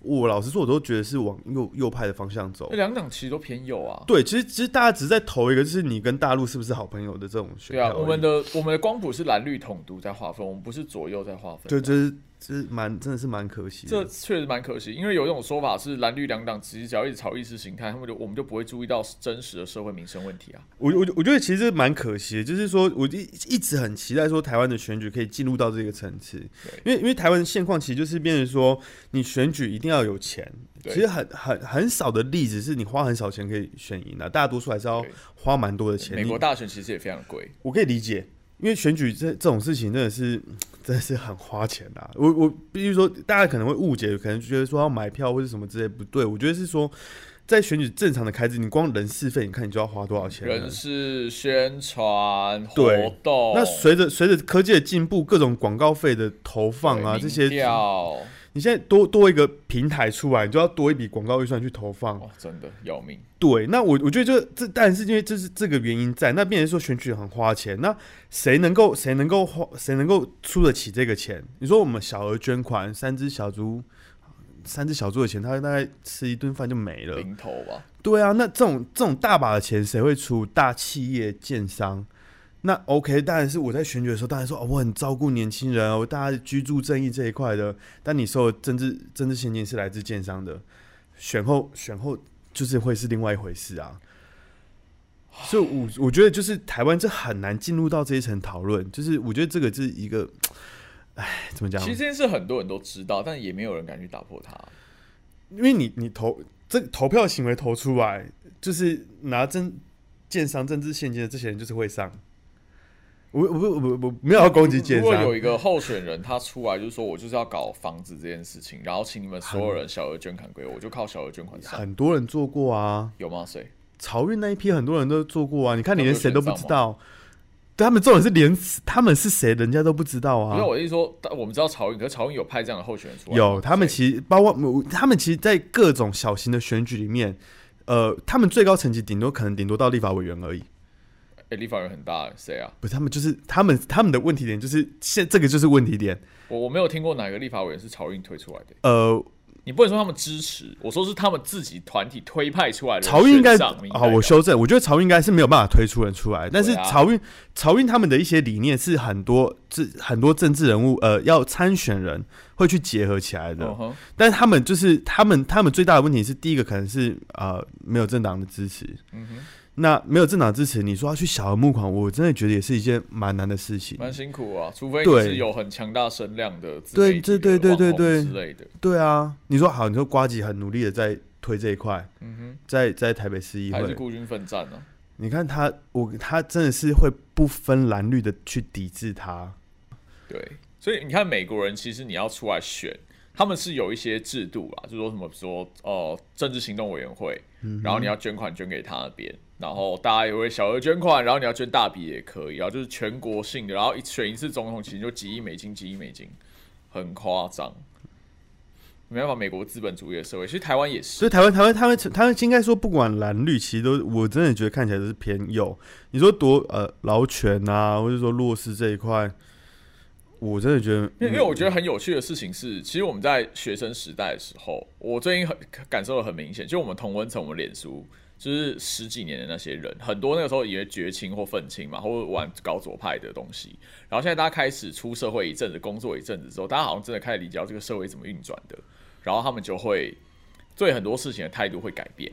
Speaker 4: 我老实说，我都觉得是往右右派的方向走
Speaker 3: 那。两党其实都偏右啊。
Speaker 4: 对，其实其实大家只是在投一个，就是你跟大陆是不是好朋友的这种选
Speaker 3: 对
Speaker 4: 票而已。
Speaker 3: 啊，我们的我们的光谱是蓝绿统独在划分，我们不是左右在划分。
Speaker 4: 就就是就是蛮真的是蛮可惜的。
Speaker 3: 这确实蛮可惜，因为有一种说法是蓝绿两党其实只要一直炒意识形态，他们就我们就不会注意到真实的社会民生问题啊。
Speaker 4: 我我我觉得其实蛮可惜的，就是说我一一直很期待说台湾的选举可以进入到这个层次，因为因为台湾的现况其实就是变成说你选举一定要有钱，
Speaker 3: 对
Speaker 4: 其实很很很少的例子是你花很少钱可以选赢的、大多数还是要
Speaker 3: 对
Speaker 4: 花蛮多的钱。
Speaker 3: 美
Speaker 4: 你
Speaker 3: 国大选其实也非常贵，
Speaker 4: 我可以理解，因为选举这这种事情真的是真的是很花钱的、我我比如说，大家可能会误解，可能觉得说要买票或者什么之类不对，我觉得是说，在选举正常的开支，你光人事费，你看你就要花多少钱了
Speaker 3: 人哦事、宣传、
Speaker 4: 对
Speaker 3: 活动，
Speaker 4: 那随着随着科技的进步，各种广告费的投放啊，
Speaker 3: 对
Speaker 4: 这些
Speaker 3: 民，调
Speaker 4: 你现在多多一个平台出来，你就要多一笔广告预算去投放。
Speaker 3: 哦，真的要命。
Speaker 4: 对，那我我觉得这这当然是因为这是这个原因在，那变成说选举很花钱，那谁能够谁能够花谁能够出得起这个钱？你说我们小额捐款，三只小猪，三只小猪的钱，他大概吃一顿饭就没了。
Speaker 3: 零头吧，
Speaker 4: 对啊，那这种这种大把的钱谁会出？大企业、建商。那 OK，当然是我在选举的时候，当然说哦，我很照顾年轻人哦，大家居住正义这一块的。但你收的政治政治现金是来自建商的，选后选后就是会是另外一回事啊。所以我，我觉得就是台湾这很难进入到这一层讨论，就是我觉得这个是一个，哎，怎么讲？
Speaker 3: 其实这件事很多人都知道，但也没有人敢去打破它。啊
Speaker 4: 因为你你投这投票行为投出来，就是拿政建商政治现金的这些人就是会上。我我不我我我没有要攻击建
Speaker 3: 如果有
Speaker 4: 商，
Speaker 3: 一个候选人他出来就说我就是要搞房子这件事情，然后请你们所有人小额捐款给我，我就靠小额捐款上，
Speaker 4: 很多人做过啊，
Speaker 3: 有吗？谁？
Speaker 4: 漕运那一批很多人都做过啊。你看你
Speaker 3: 那
Speaker 4: 连
Speaker 3: 不是
Speaker 4: 谁都
Speaker 3: 选
Speaker 4: 不
Speaker 3: 上
Speaker 4: 知
Speaker 3: 吗
Speaker 4: 道，他们这种是连他们是谁人家都不知道
Speaker 3: 不
Speaker 4: 啊
Speaker 3: 是。我的意思说，但我们知道曹颖，可是曹颖有派这样的候选人出来吗，
Speaker 4: 有，他们
Speaker 3: 谁
Speaker 4: 其实包括他们其实，在各种小型的选举里面，呃，他们最高层级顶多可能顶多到立法委员而已。
Speaker 3: 诶哎立法人很大，谁啊？
Speaker 4: 不是他们就是他们他们的问题点就是现这个就是问题点。
Speaker 3: 我我没有听过哪个立法委员是曹颖推出来的、
Speaker 4: 呃，
Speaker 3: 你不能说他们支持，我说是他们自己团体推派出来的人
Speaker 4: 漕运应该
Speaker 3: 选上民啊代
Speaker 4: 好，我
Speaker 3: 表
Speaker 4: 修正，我觉得漕运应该是没有办法推出人出来，但是
Speaker 3: 对啊
Speaker 4: 漕运漕运他们的一些理念是很多这很多政治人物呃要参选人会去结合起来的，
Speaker 3: 嗯哼，
Speaker 4: 但是他们就是他们他们最大的问题是第一个可能是呃没有政党的支持，
Speaker 3: 嗯哼，
Speaker 4: 那没有政党支持，你说要去小额募款，我真的觉得也是一件蛮难的事情。
Speaker 3: 蛮辛苦啊，除非你
Speaker 4: 对
Speaker 3: 是有很强大声量的自
Speaker 4: 对
Speaker 3: 媒体
Speaker 4: 对对对
Speaker 3: 网红
Speaker 4: 对对
Speaker 3: 之类的，
Speaker 4: 对啊，你说好，你说瓜吉很努力的在推这一块，
Speaker 3: 嗯
Speaker 4: 在在台北市议
Speaker 3: 哼，还是
Speaker 4: 会，
Speaker 3: 孤军奋战啊，
Speaker 4: 你看他，我他真的是会不分蓝绿的去抵制他。
Speaker 3: 对，所以你看美国人，其实你要出来选，他们是有一些制度啊，就说什么说哦、呃政治行动委员会，然后你要捐款捐给他那边，然后大家也会小额捐款，然后你要捐大笔也可以，然后就是全国性的，然后一选一次总统，其实就几亿美金，几亿美金，很夸张。没办法，美国资本主义的社会，其实台湾也
Speaker 4: 所
Speaker 3: 是啊
Speaker 4: 以，台湾，台湾，他们，他们应该说，不管蓝绿，其实都，我真的觉得看起来都是偏右。你说夺呃劳权啊，或者说弱势这一块，我真的觉得，
Speaker 3: 因为因为我觉得很有趣的事情是，其实我们在学生时代的时候，我最近很感受的很明显，就我们同温层，我们脸书就是十几年的那些人，很多那个时候也绝情或愤青嘛，或者玩搞左派的东西。然后现在大家开始出社会一阵子，工作一阵子之后，大家好像真的开始理解到这个社会怎么运转的，然后他们就会对很多事情的态度会改变。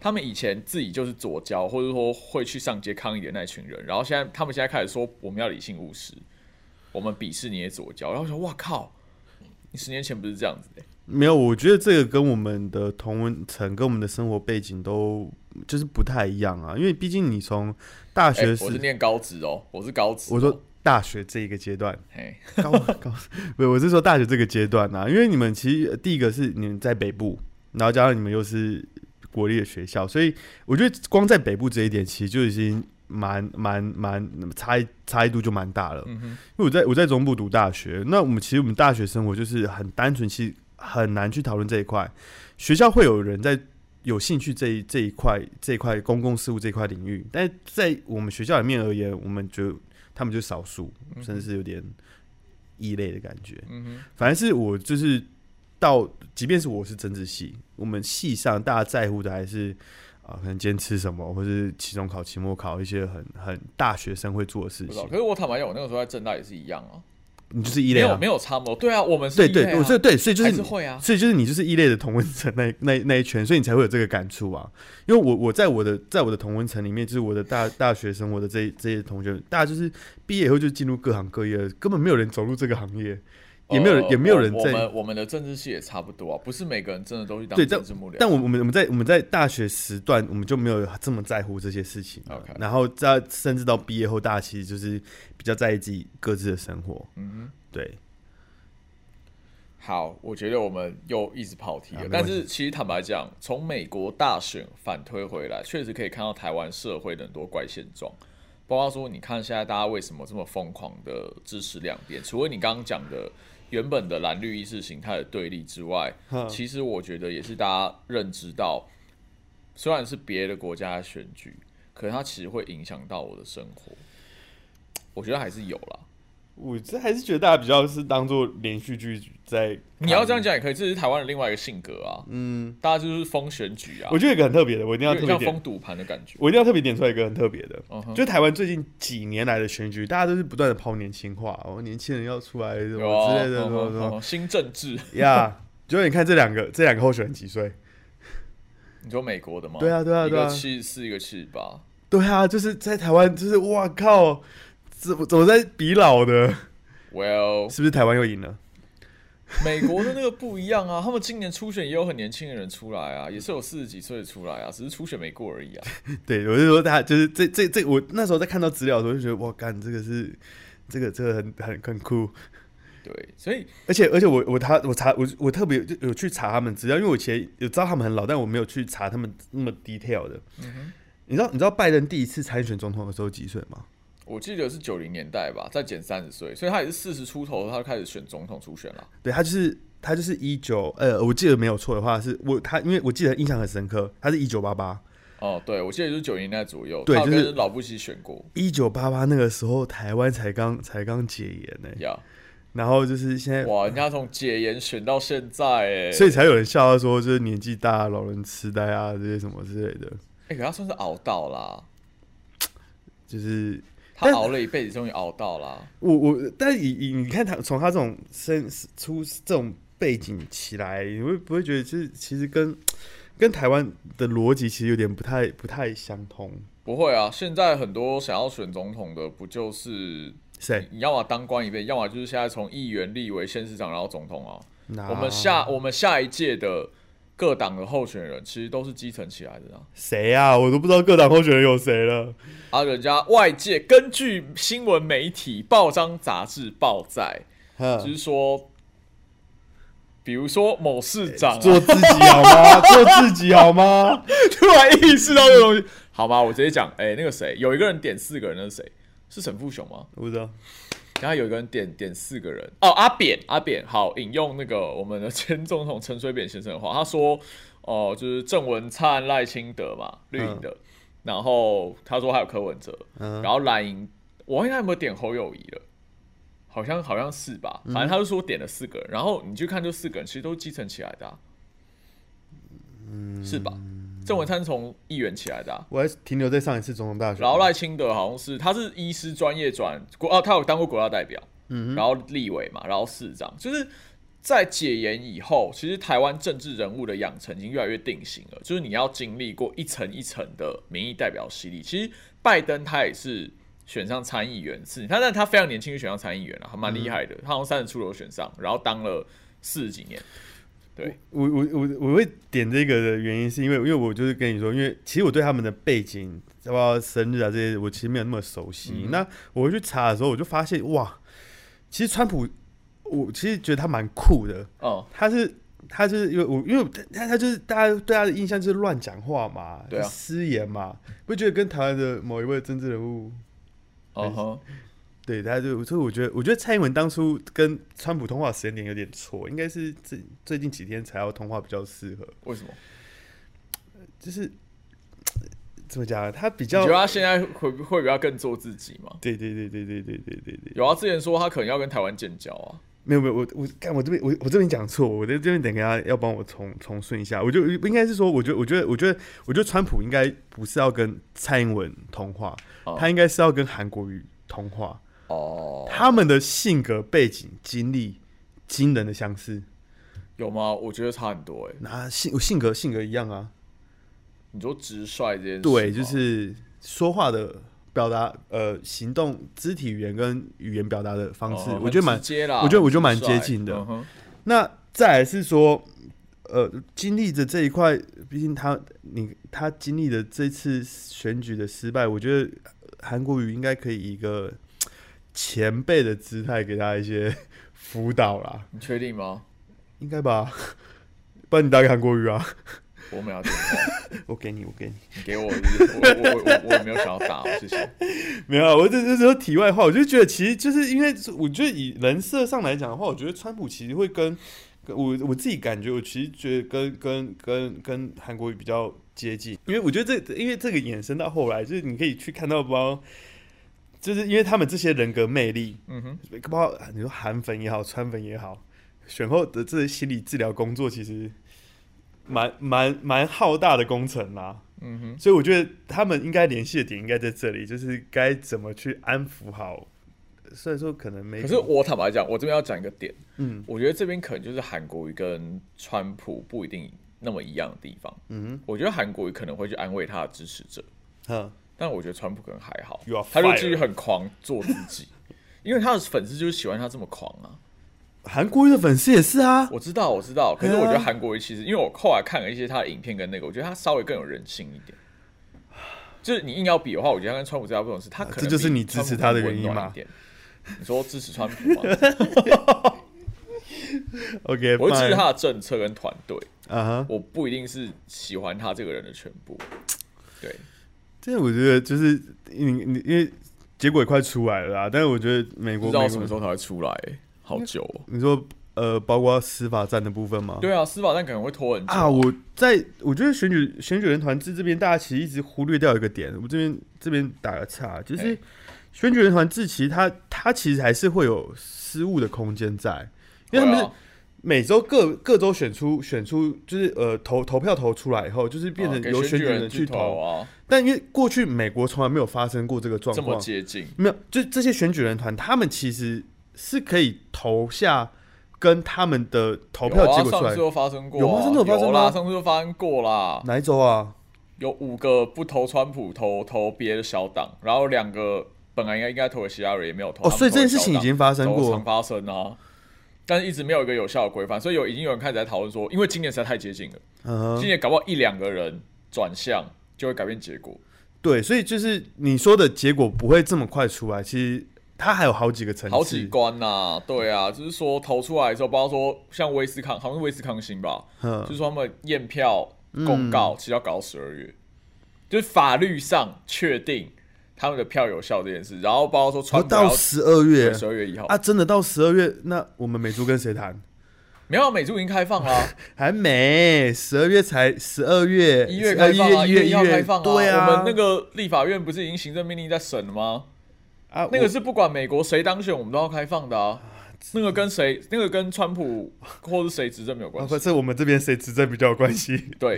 Speaker 3: 他们以前自己就是左交，或者说会去上街抗议的那群人，然后现在他们现在开始说我们要理性务实，我们鄙视你也左交，然后我说哇靠，你十年前不是这样子的、
Speaker 4: 没有，我觉得这个跟我们的同文层跟我们的生活背景都就是不太一样啊，因为毕竟你从大
Speaker 3: 欸
Speaker 4: 学时，
Speaker 3: 我是念高职哦，我是高职哦、
Speaker 4: 我说大学这一个阶段，
Speaker 3: 嘿，
Speaker 4: 高高，不是，我是说大学这个阶段啊，因为你们其实呃第一个是你们在北部，然后加上你们又是国立的学校，所以我觉得光在北部这一点，其实就已经蛮蛮蛮差异差异度就蛮大了。
Speaker 3: 嗯哼，
Speaker 4: 因为我在我在中部读大学，那我们其实我们大学生活就是很单纯，其实很难去讨论这一块。学校会有人在有兴趣这一这一块这一块公共事务这一块领域，但是在我们学校里面而言，我们就他们就少数，甚至是有点异类的感觉。
Speaker 3: 嗯哼，
Speaker 4: 反正是我就是到，即便是我是政治系，我们系上大家在乎的还是啊、可能今天吃什么，或是期中考、期末考一些很很大学生会做的事
Speaker 3: 不知道。
Speaker 4: 情
Speaker 3: 可。是我坦白讲，我那个时候在正大也是一样啊，
Speaker 4: 你就是异
Speaker 3: 没
Speaker 4: 类、啊，
Speaker 3: 有没有差不多，对啊，我们是
Speaker 4: 对
Speaker 3: 异类
Speaker 4: 对，
Speaker 3: 啊
Speaker 4: 我这对，所以就是
Speaker 3: 还
Speaker 4: 你
Speaker 3: 是会啊，
Speaker 4: 所以就是你就是异类的同温层那那那一圈，所以你才会有这个感触啊。因为我我在我的在我的同温层里面，就是我的大大学生活的这一这些同学，大家就是毕业以后就进入各行各业了，根本没有人走入这个行业，也没有人、
Speaker 3: 呃
Speaker 4: 也没有人
Speaker 3: 我我
Speaker 4: 在。
Speaker 3: 们我们的政治系也差不多啊，不是每个人真的都去当
Speaker 4: 对啊
Speaker 3: 政治幕僚，
Speaker 4: 但我我们我们在我们在大学时段，我们就没有这么在乎这些事情了。
Speaker 3: OK
Speaker 4: 然后在甚至到毕业后，大家其实就是比较在意自己各自的生活。
Speaker 3: 嗯哼。
Speaker 4: 对，
Speaker 3: 好，我觉得我们又一直跑题了。
Speaker 4: 啊没关
Speaker 3: 但
Speaker 4: 系
Speaker 3: 是其实坦白讲，从美国大选反推回来，确实可以看到台湾社会的很多怪现状，包括说，你看现在大家为什么这么疯狂的支持两边？除了你刚刚讲的原本的蓝绿意识形态的对立之外，
Speaker 4: 哼
Speaker 3: 其实我觉得也是大家认知到，虽然是别的国家的选举，可是它其实会影响到我的生活。我觉得还是有啦。
Speaker 4: 我这还是觉得大家比较是当做连续剧在。
Speaker 3: 你要这样讲也可以，这是台湾的另外一个性格啊。
Speaker 4: 嗯。
Speaker 3: 大家就是疯选举啊，
Speaker 4: 我觉得有一个很特别的，我一定要
Speaker 3: 有
Speaker 4: 特
Speaker 3: 点
Speaker 4: 别点
Speaker 3: 像封，赌盘的感觉。
Speaker 4: 我一定要特别点出来一个很特别的
Speaker 3: 嗯哼
Speaker 4: 就台湾最近几年来的选举，大家都是不断的抛年轻化，哦，年轻人要出来什
Speaker 3: 有
Speaker 4: 么
Speaker 3: 啊
Speaker 4: 之类的，什
Speaker 3: 嗯
Speaker 4: 么
Speaker 3: 嗯
Speaker 4: 什
Speaker 3: 嗯
Speaker 4: 么
Speaker 3: 嗯新政治，
Speaker 4: 呀。结果你看这两个，这两个候选人几岁？
Speaker 3: 你说美国的吗？
Speaker 4: 对啊对啊
Speaker 3: 一
Speaker 4: 对啊
Speaker 3: 个七十四，一个七十八。
Speaker 4: 对啊，就是在台湾，就是哇靠，怎么怎么在比老的？
Speaker 3: Well，
Speaker 4: 是不是台湾又赢了？
Speaker 3: 美国的那个不一样啊，他们今年初选也有很年轻的人出来啊，也是有四十几岁的出来啊，只是初选没过而已啊。
Speaker 4: 对，我就说他就是这这这，我那时候在看到资料的时候就觉得，哇干，这个是这个这个很很很酷。
Speaker 3: 对，所以
Speaker 4: 而且而且我我他我查我我特别有去查他们资料，因为我以前有知道他们很老，但我没有去查他们那么 detail 的。你知道你知道拜登第一次参选总统的时候几岁吗？
Speaker 3: 我记得是九零年代吧，再减三十岁，所以他也是四十出头，他就开始选总统初选了。
Speaker 4: 对他就是他就是一九呃，我记得没有错的话是我他因为我记得印象很深刻，他是一九八八
Speaker 3: 哦，对，我记得就是九零年代左右，
Speaker 4: 对
Speaker 3: 他有
Speaker 4: 就是
Speaker 3: 跟老布希选过
Speaker 4: 一九八八那个时候台湾才刚才刚解严呢、
Speaker 3: 呀。
Speaker 4: 然后就是现在。
Speaker 3: 哇，人家从解严选到现在、欸，
Speaker 4: 所以才有人笑他说，就是年纪大、老人痴呆啊，这些什么之类的，
Speaker 3: 哎、可他算是熬到啦，
Speaker 4: 就是
Speaker 3: 他熬了一辈子，终于熬到啦。
Speaker 4: 我我，但以以你看他从他这种身出这种背景起来，你会不会觉得就是其实跟跟台湾的逻辑其实有点不太不太相通。
Speaker 3: 不会啊，现在很多想要选总统的，不就是
Speaker 4: 谁？
Speaker 3: 你要么当官一辈子，要么就是现在从议员、立委、县市长，然后总统啊。
Speaker 4: 那
Speaker 3: 我们下我们下一届的各党的候选人，其实都是基层起来的啊。
Speaker 4: 谁啊？我都不知道各党候选人有谁了。
Speaker 3: 啊，人家外界根据新闻媒体、报章、杂志报载，就
Speaker 4: 哼
Speaker 3: 是说，比如说某市长、啊、
Speaker 4: 做自己好吗？做自己好吗？
Speaker 3: 突然意识到这个东西， 好吧，我直接讲，哎、那个谁，有一个人点四个人，那是谁？是沈富雄吗？
Speaker 4: 我不知道。
Speaker 3: 然后有一个人点点四个人，哦，阿扁，阿扁，好，引用那个我们的前总统陈水扁先生的话，他说，哦、就是郑文灿、赖清德嘛，绿营的，然后他说还有柯文哲，
Speaker 4: 嗯
Speaker 3: 然后蓝营，我忘记他有没有点侯友谊了。好像好像是吧，反正他就说点了四个人，然后你去看这四个人，其实都是基层起来的、啊，是吧？郑文灿从议员起来的、啊，
Speaker 4: 我还停留在上一次总统大选。
Speaker 3: 然后赖清德好像是他是医师专业转国啊，他有当过国大代表，
Speaker 4: 嗯
Speaker 3: 然后立委嘛，然后市长，就是在解严以后，其实台湾政治人物的养成已经越来越定型了，就是你要经历过一层一层的民意代表洗礼。其实拜登他也是选上参议员次，他但他非常年轻就选上参议员了，啊还蛮厉害的，他好像三十出头选上，然后当了四十几年。对，
Speaker 4: 我我我我会点这个的原因是因为，因为我就是跟你说，因为其实我对他们的背景，要不要生日啊这些，我其实没有那么熟悉。
Speaker 3: 嗯
Speaker 4: 那我回去查的时候，我就发现哇，其实川普，我其实觉得他蛮酷的。
Speaker 3: 嗯，
Speaker 4: 他是他就是因为我因为他他就是大家对他的印象就是乱讲话嘛，
Speaker 3: 对啊
Speaker 4: 私言嘛，不觉得跟台湾的某一位政治人物
Speaker 3: 嗯哼，
Speaker 4: 对，他就所以我觉得，我觉得蔡英文当初跟川普通话时间点有点错，应该是最最近几天才要通话比较适合。
Speaker 3: 为什么？
Speaker 4: 就是嘖怎么讲啊，他比
Speaker 3: 你
Speaker 4: 较
Speaker 3: 觉得他现在会会比较更做自己吗？
Speaker 4: 对对对对对对对对对，
Speaker 3: 有啊，之前说他可能要跟台湾建交啊，
Speaker 4: 没有没有，我我看我这边我我这边讲错，我在这边等一下要帮我重重顺一下，我就应该是说，我觉得我觉得我觉得我觉得川普应该不是要跟蔡英文通话，
Speaker 3: 哦
Speaker 4: 他应该是要跟韩国瑜通话，
Speaker 3: 哦，
Speaker 4: 他们的性格背景经历惊人的相似。
Speaker 3: 有吗？我觉得差很多哎、
Speaker 4: 那性性格性格一样啊，
Speaker 3: 你说直率这件事吗，
Speaker 4: 对，就是说话的表达，呃，行动、肢体语言跟语言表达的方式，
Speaker 3: 哦
Speaker 4: 我觉得蛮
Speaker 3: 很直接啦，
Speaker 4: 我觉得我觉得蛮
Speaker 3: 很直率
Speaker 4: 接近的
Speaker 3: 嗯哼
Speaker 4: 那再来是说，呃，经历着这一块，毕竟他你他经历的这次选举的失败，我觉得呃韩国瑜应该可以以一个嘖前辈的姿态给他一些辅导啦，
Speaker 3: 你确定吗？
Speaker 4: 应该吧？ 不然你打给韩国瑜啊，
Speaker 3: 我没有要电话，
Speaker 4: 我给你，我给你。
Speaker 3: 你给我，我我我我我没有想要打，谢 谢。
Speaker 4: 没有啊，我这这说题外话，我就觉得其实就是因为我觉得以人设上来讲的话，我觉得川普其实会跟跟我我自己感觉，我其实觉得跟跟跟跟韩国瑜比较接近，因为我觉得这因为这个衍生到后来，就是你可以去看到包。就是因为他们这些人格魅力，
Speaker 3: 嗯哼，
Speaker 4: 包括你说韩粉也好，川粉也好，选后的这些心理治疗工作其实蛮蛮蛮浩大的工程啦、
Speaker 3: 嗯哼，
Speaker 4: 所以我觉得他们应该联系的点应该在这里，就是该怎么去安抚好。呃虽然说可能没，
Speaker 3: 可是我坦白讲，我这边要讲一个点，
Speaker 4: 嗯
Speaker 3: 我觉得这边可能就是韩国瑜跟川普不一定那么一样的地方。
Speaker 4: 嗯
Speaker 3: 我觉得韩国瑜可能会去安慰他的支持者，
Speaker 4: 哼，
Speaker 3: 但我觉得川普可能还好
Speaker 4: You are，
Speaker 3: 他就
Speaker 4: fired
Speaker 3: 继续很狂做自己，因为他的粉丝就是喜欢他这么狂啊。
Speaker 4: 韩国瑜的粉丝也是啊，
Speaker 3: 我知道，我知道，可是
Speaker 4: 对啊
Speaker 3: 我觉得韩国瑜其实，因为我后来看了一些他的影片跟那个，我觉得他稍微更有人性一点。就是你硬要比的话，我觉得他跟川普最大不同是，他可能
Speaker 4: 这就是
Speaker 3: 比
Speaker 4: 你支持
Speaker 3: 川普
Speaker 4: 他的
Speaker 3: 更温
Speaker 4: 原因
Speaker 3: 暖
Speaker 4: 嘛
Speaker 3: 一点你说支持 川普吗？
Speaker 4: OK，
Speaker 3: 我会支持
Speaker 4: fine
Speaker 3: 他的政策跟团队，
Speaker 4: 啊哈，
Speaker 3: 我不一定是喜欢他这个人的全部。对，
Speaker 4: 这我觉得就是你你因为结果也快出来了啦，但是我觉得美
Speaker 3: 不
Speaker 4: 国
Speaker 3: 知道什么时
Speaker 4: 候，
Speaker 3: 候才会出来、好久、哦。
Speaker 4: 你说呃，包括司法战的部分吗？
Speaker 3: 对啊，司法但可能会拖很久
Speaker 4: 啊，我在我觉得选举选举人团制这边，大家其实一直忽略掉一个点，我这边这边打个岔，就是
Speaker 3: 哎
Speaker 4: 选举人团制其实它它其实还是会有失误的空间在，因为他们
Speaker 3: 对
Speaker 4: 是
Speaker 3: 啊
Speaker 4: 每周各各州选出选出就是呃投投票投出来以后，就是变
Speaker 3: 啊
Speaker 4: 成
Speaker 3: 给
Speaker 4: 由
Speaker 3: 选
Speaker 4: 选举人
Speaker 3: 人
Speaker 4: 去
Speaker 3: 投，啊，
Speaker 4: 但因为过去美国从来没有发生过这个状
Speaker 3: 这么
Speaker 4: 况，
Speaker 3: 接近。
Speaker 4: 没有，就这些选举人团他们其实是可以投下跟他们的投
Speaker 3: 有
Speaker 4: 票
Speaker 3: 啊，
Speaker 4: 结果出
Speaker 3: 上
Speaker 4: 来
Speaker 3: 次，又发生过啊，
Speaker 4: 有吗真的有发生吗
Speaker 3: 啦，上次又发生过啦。
Speaker 4: 哪一周啊？
Speaker 3: 有五个不投川普，投投别的小党，然后两个本来应该应该投给希拉里，也没有投。
Speaker 4: 哦
Speaker 3: 他们
Speaker 4: 所以这件
Speaker 3: 投给
Speaker 4: 事情
Speaker 3: 小党
Speaker 4: 已经发生过
Speaker 3: 都常发生啊，但是一直没有一个有效的规范，所以有已经有人开始在讨论说，因为今年实在太接近了，
Speaker 4: 嗯
Speaker 3: 今
Speaker 4: 哼，
Speaker 3: 年搞不好一两个人转向就会改变结果，
Speaker 4: 对，所以就是你说的结果不会这么快出来，其实它还有好几个层次，
Speaker 3: 好几关呐、对啊，就是说投出来之后，包括说像威斯康，好像是威斯康星吧，
Speaker 4: 嗯
Speaker 3: 就是说他们验票公告其实要搞到十二月，就是法律上确定他们的票有效这件事，然后包括说川
Speaker 4: 哦
Speaker 3: 普
Speaker 4: 到十二月
Speaker 3: 十二月一号
Speaker 4: 啊，真的到十二月，那我们美珠跟谁谈？
Speaker 3: 没有美猪已经开放啊 啦、
Speaker 4: 还没，十二月才十二月，
Speaker 3: 一月
Speaker 4: 呃
Speaker 3: 开放啊，
Speaker 4: 一
Speaker 3: 一
Speaker 4: 月
Speaker 3: 月
Speaker 4: 一
Speaker 3: 一号开放啊，
Speaker 4: 对啊，
Speaker 3: 我们那个立法院不是已经行政命令在审了吗？
Speaker 4: 啊，
Speaker 3: 那个
Speaker 4: 我
Speaker 3: 是不管美国谁当选，我们都要开放的啊。那个跟谁，那个跟川普或是谁执政没有关
Speaker 4: 啊，
Speaker 3: 系
Speaker 4: 不。是我们这边谁执政比较有关系。
Speaker 3: 对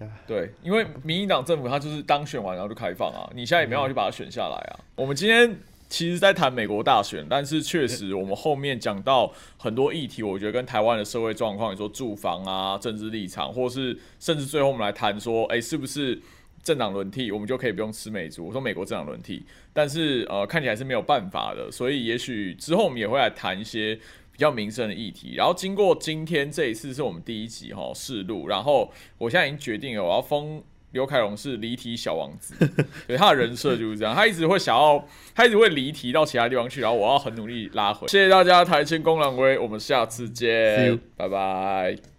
Speaker 4: 呀，
Speaker 3: 对，因为民进党政府他就是当选完然后就开放啊，你现在也没办法去把它选下来啊。我们今天其实在谈美国大选，但是确实我们后面讲到很多议题，我觉得跟台湾的社会状况，你说住房啊、政治立场，或是甚至最后我们来谈说，哎、是不是？政党轮替，我们就可以不用吃美猪。我说美国政党轮替，但是呃，看起来是没有办法的，所以也许之后我们也会来谈一些比较民生的议题。然后经过今天这一次是我们第一集哈试录，然后我现在已经决定了，我要封刘凯荣是离题小王子， 对他的人设就是这样，他一直会想要，他一直会离题到其他地方去，然后我要很努力拉回。谢谢大家，台青公狼威，我们下次
Speaker 4: See
Speaker 3: 见
Speaker 4: you，
Speaker 3: 拜拜。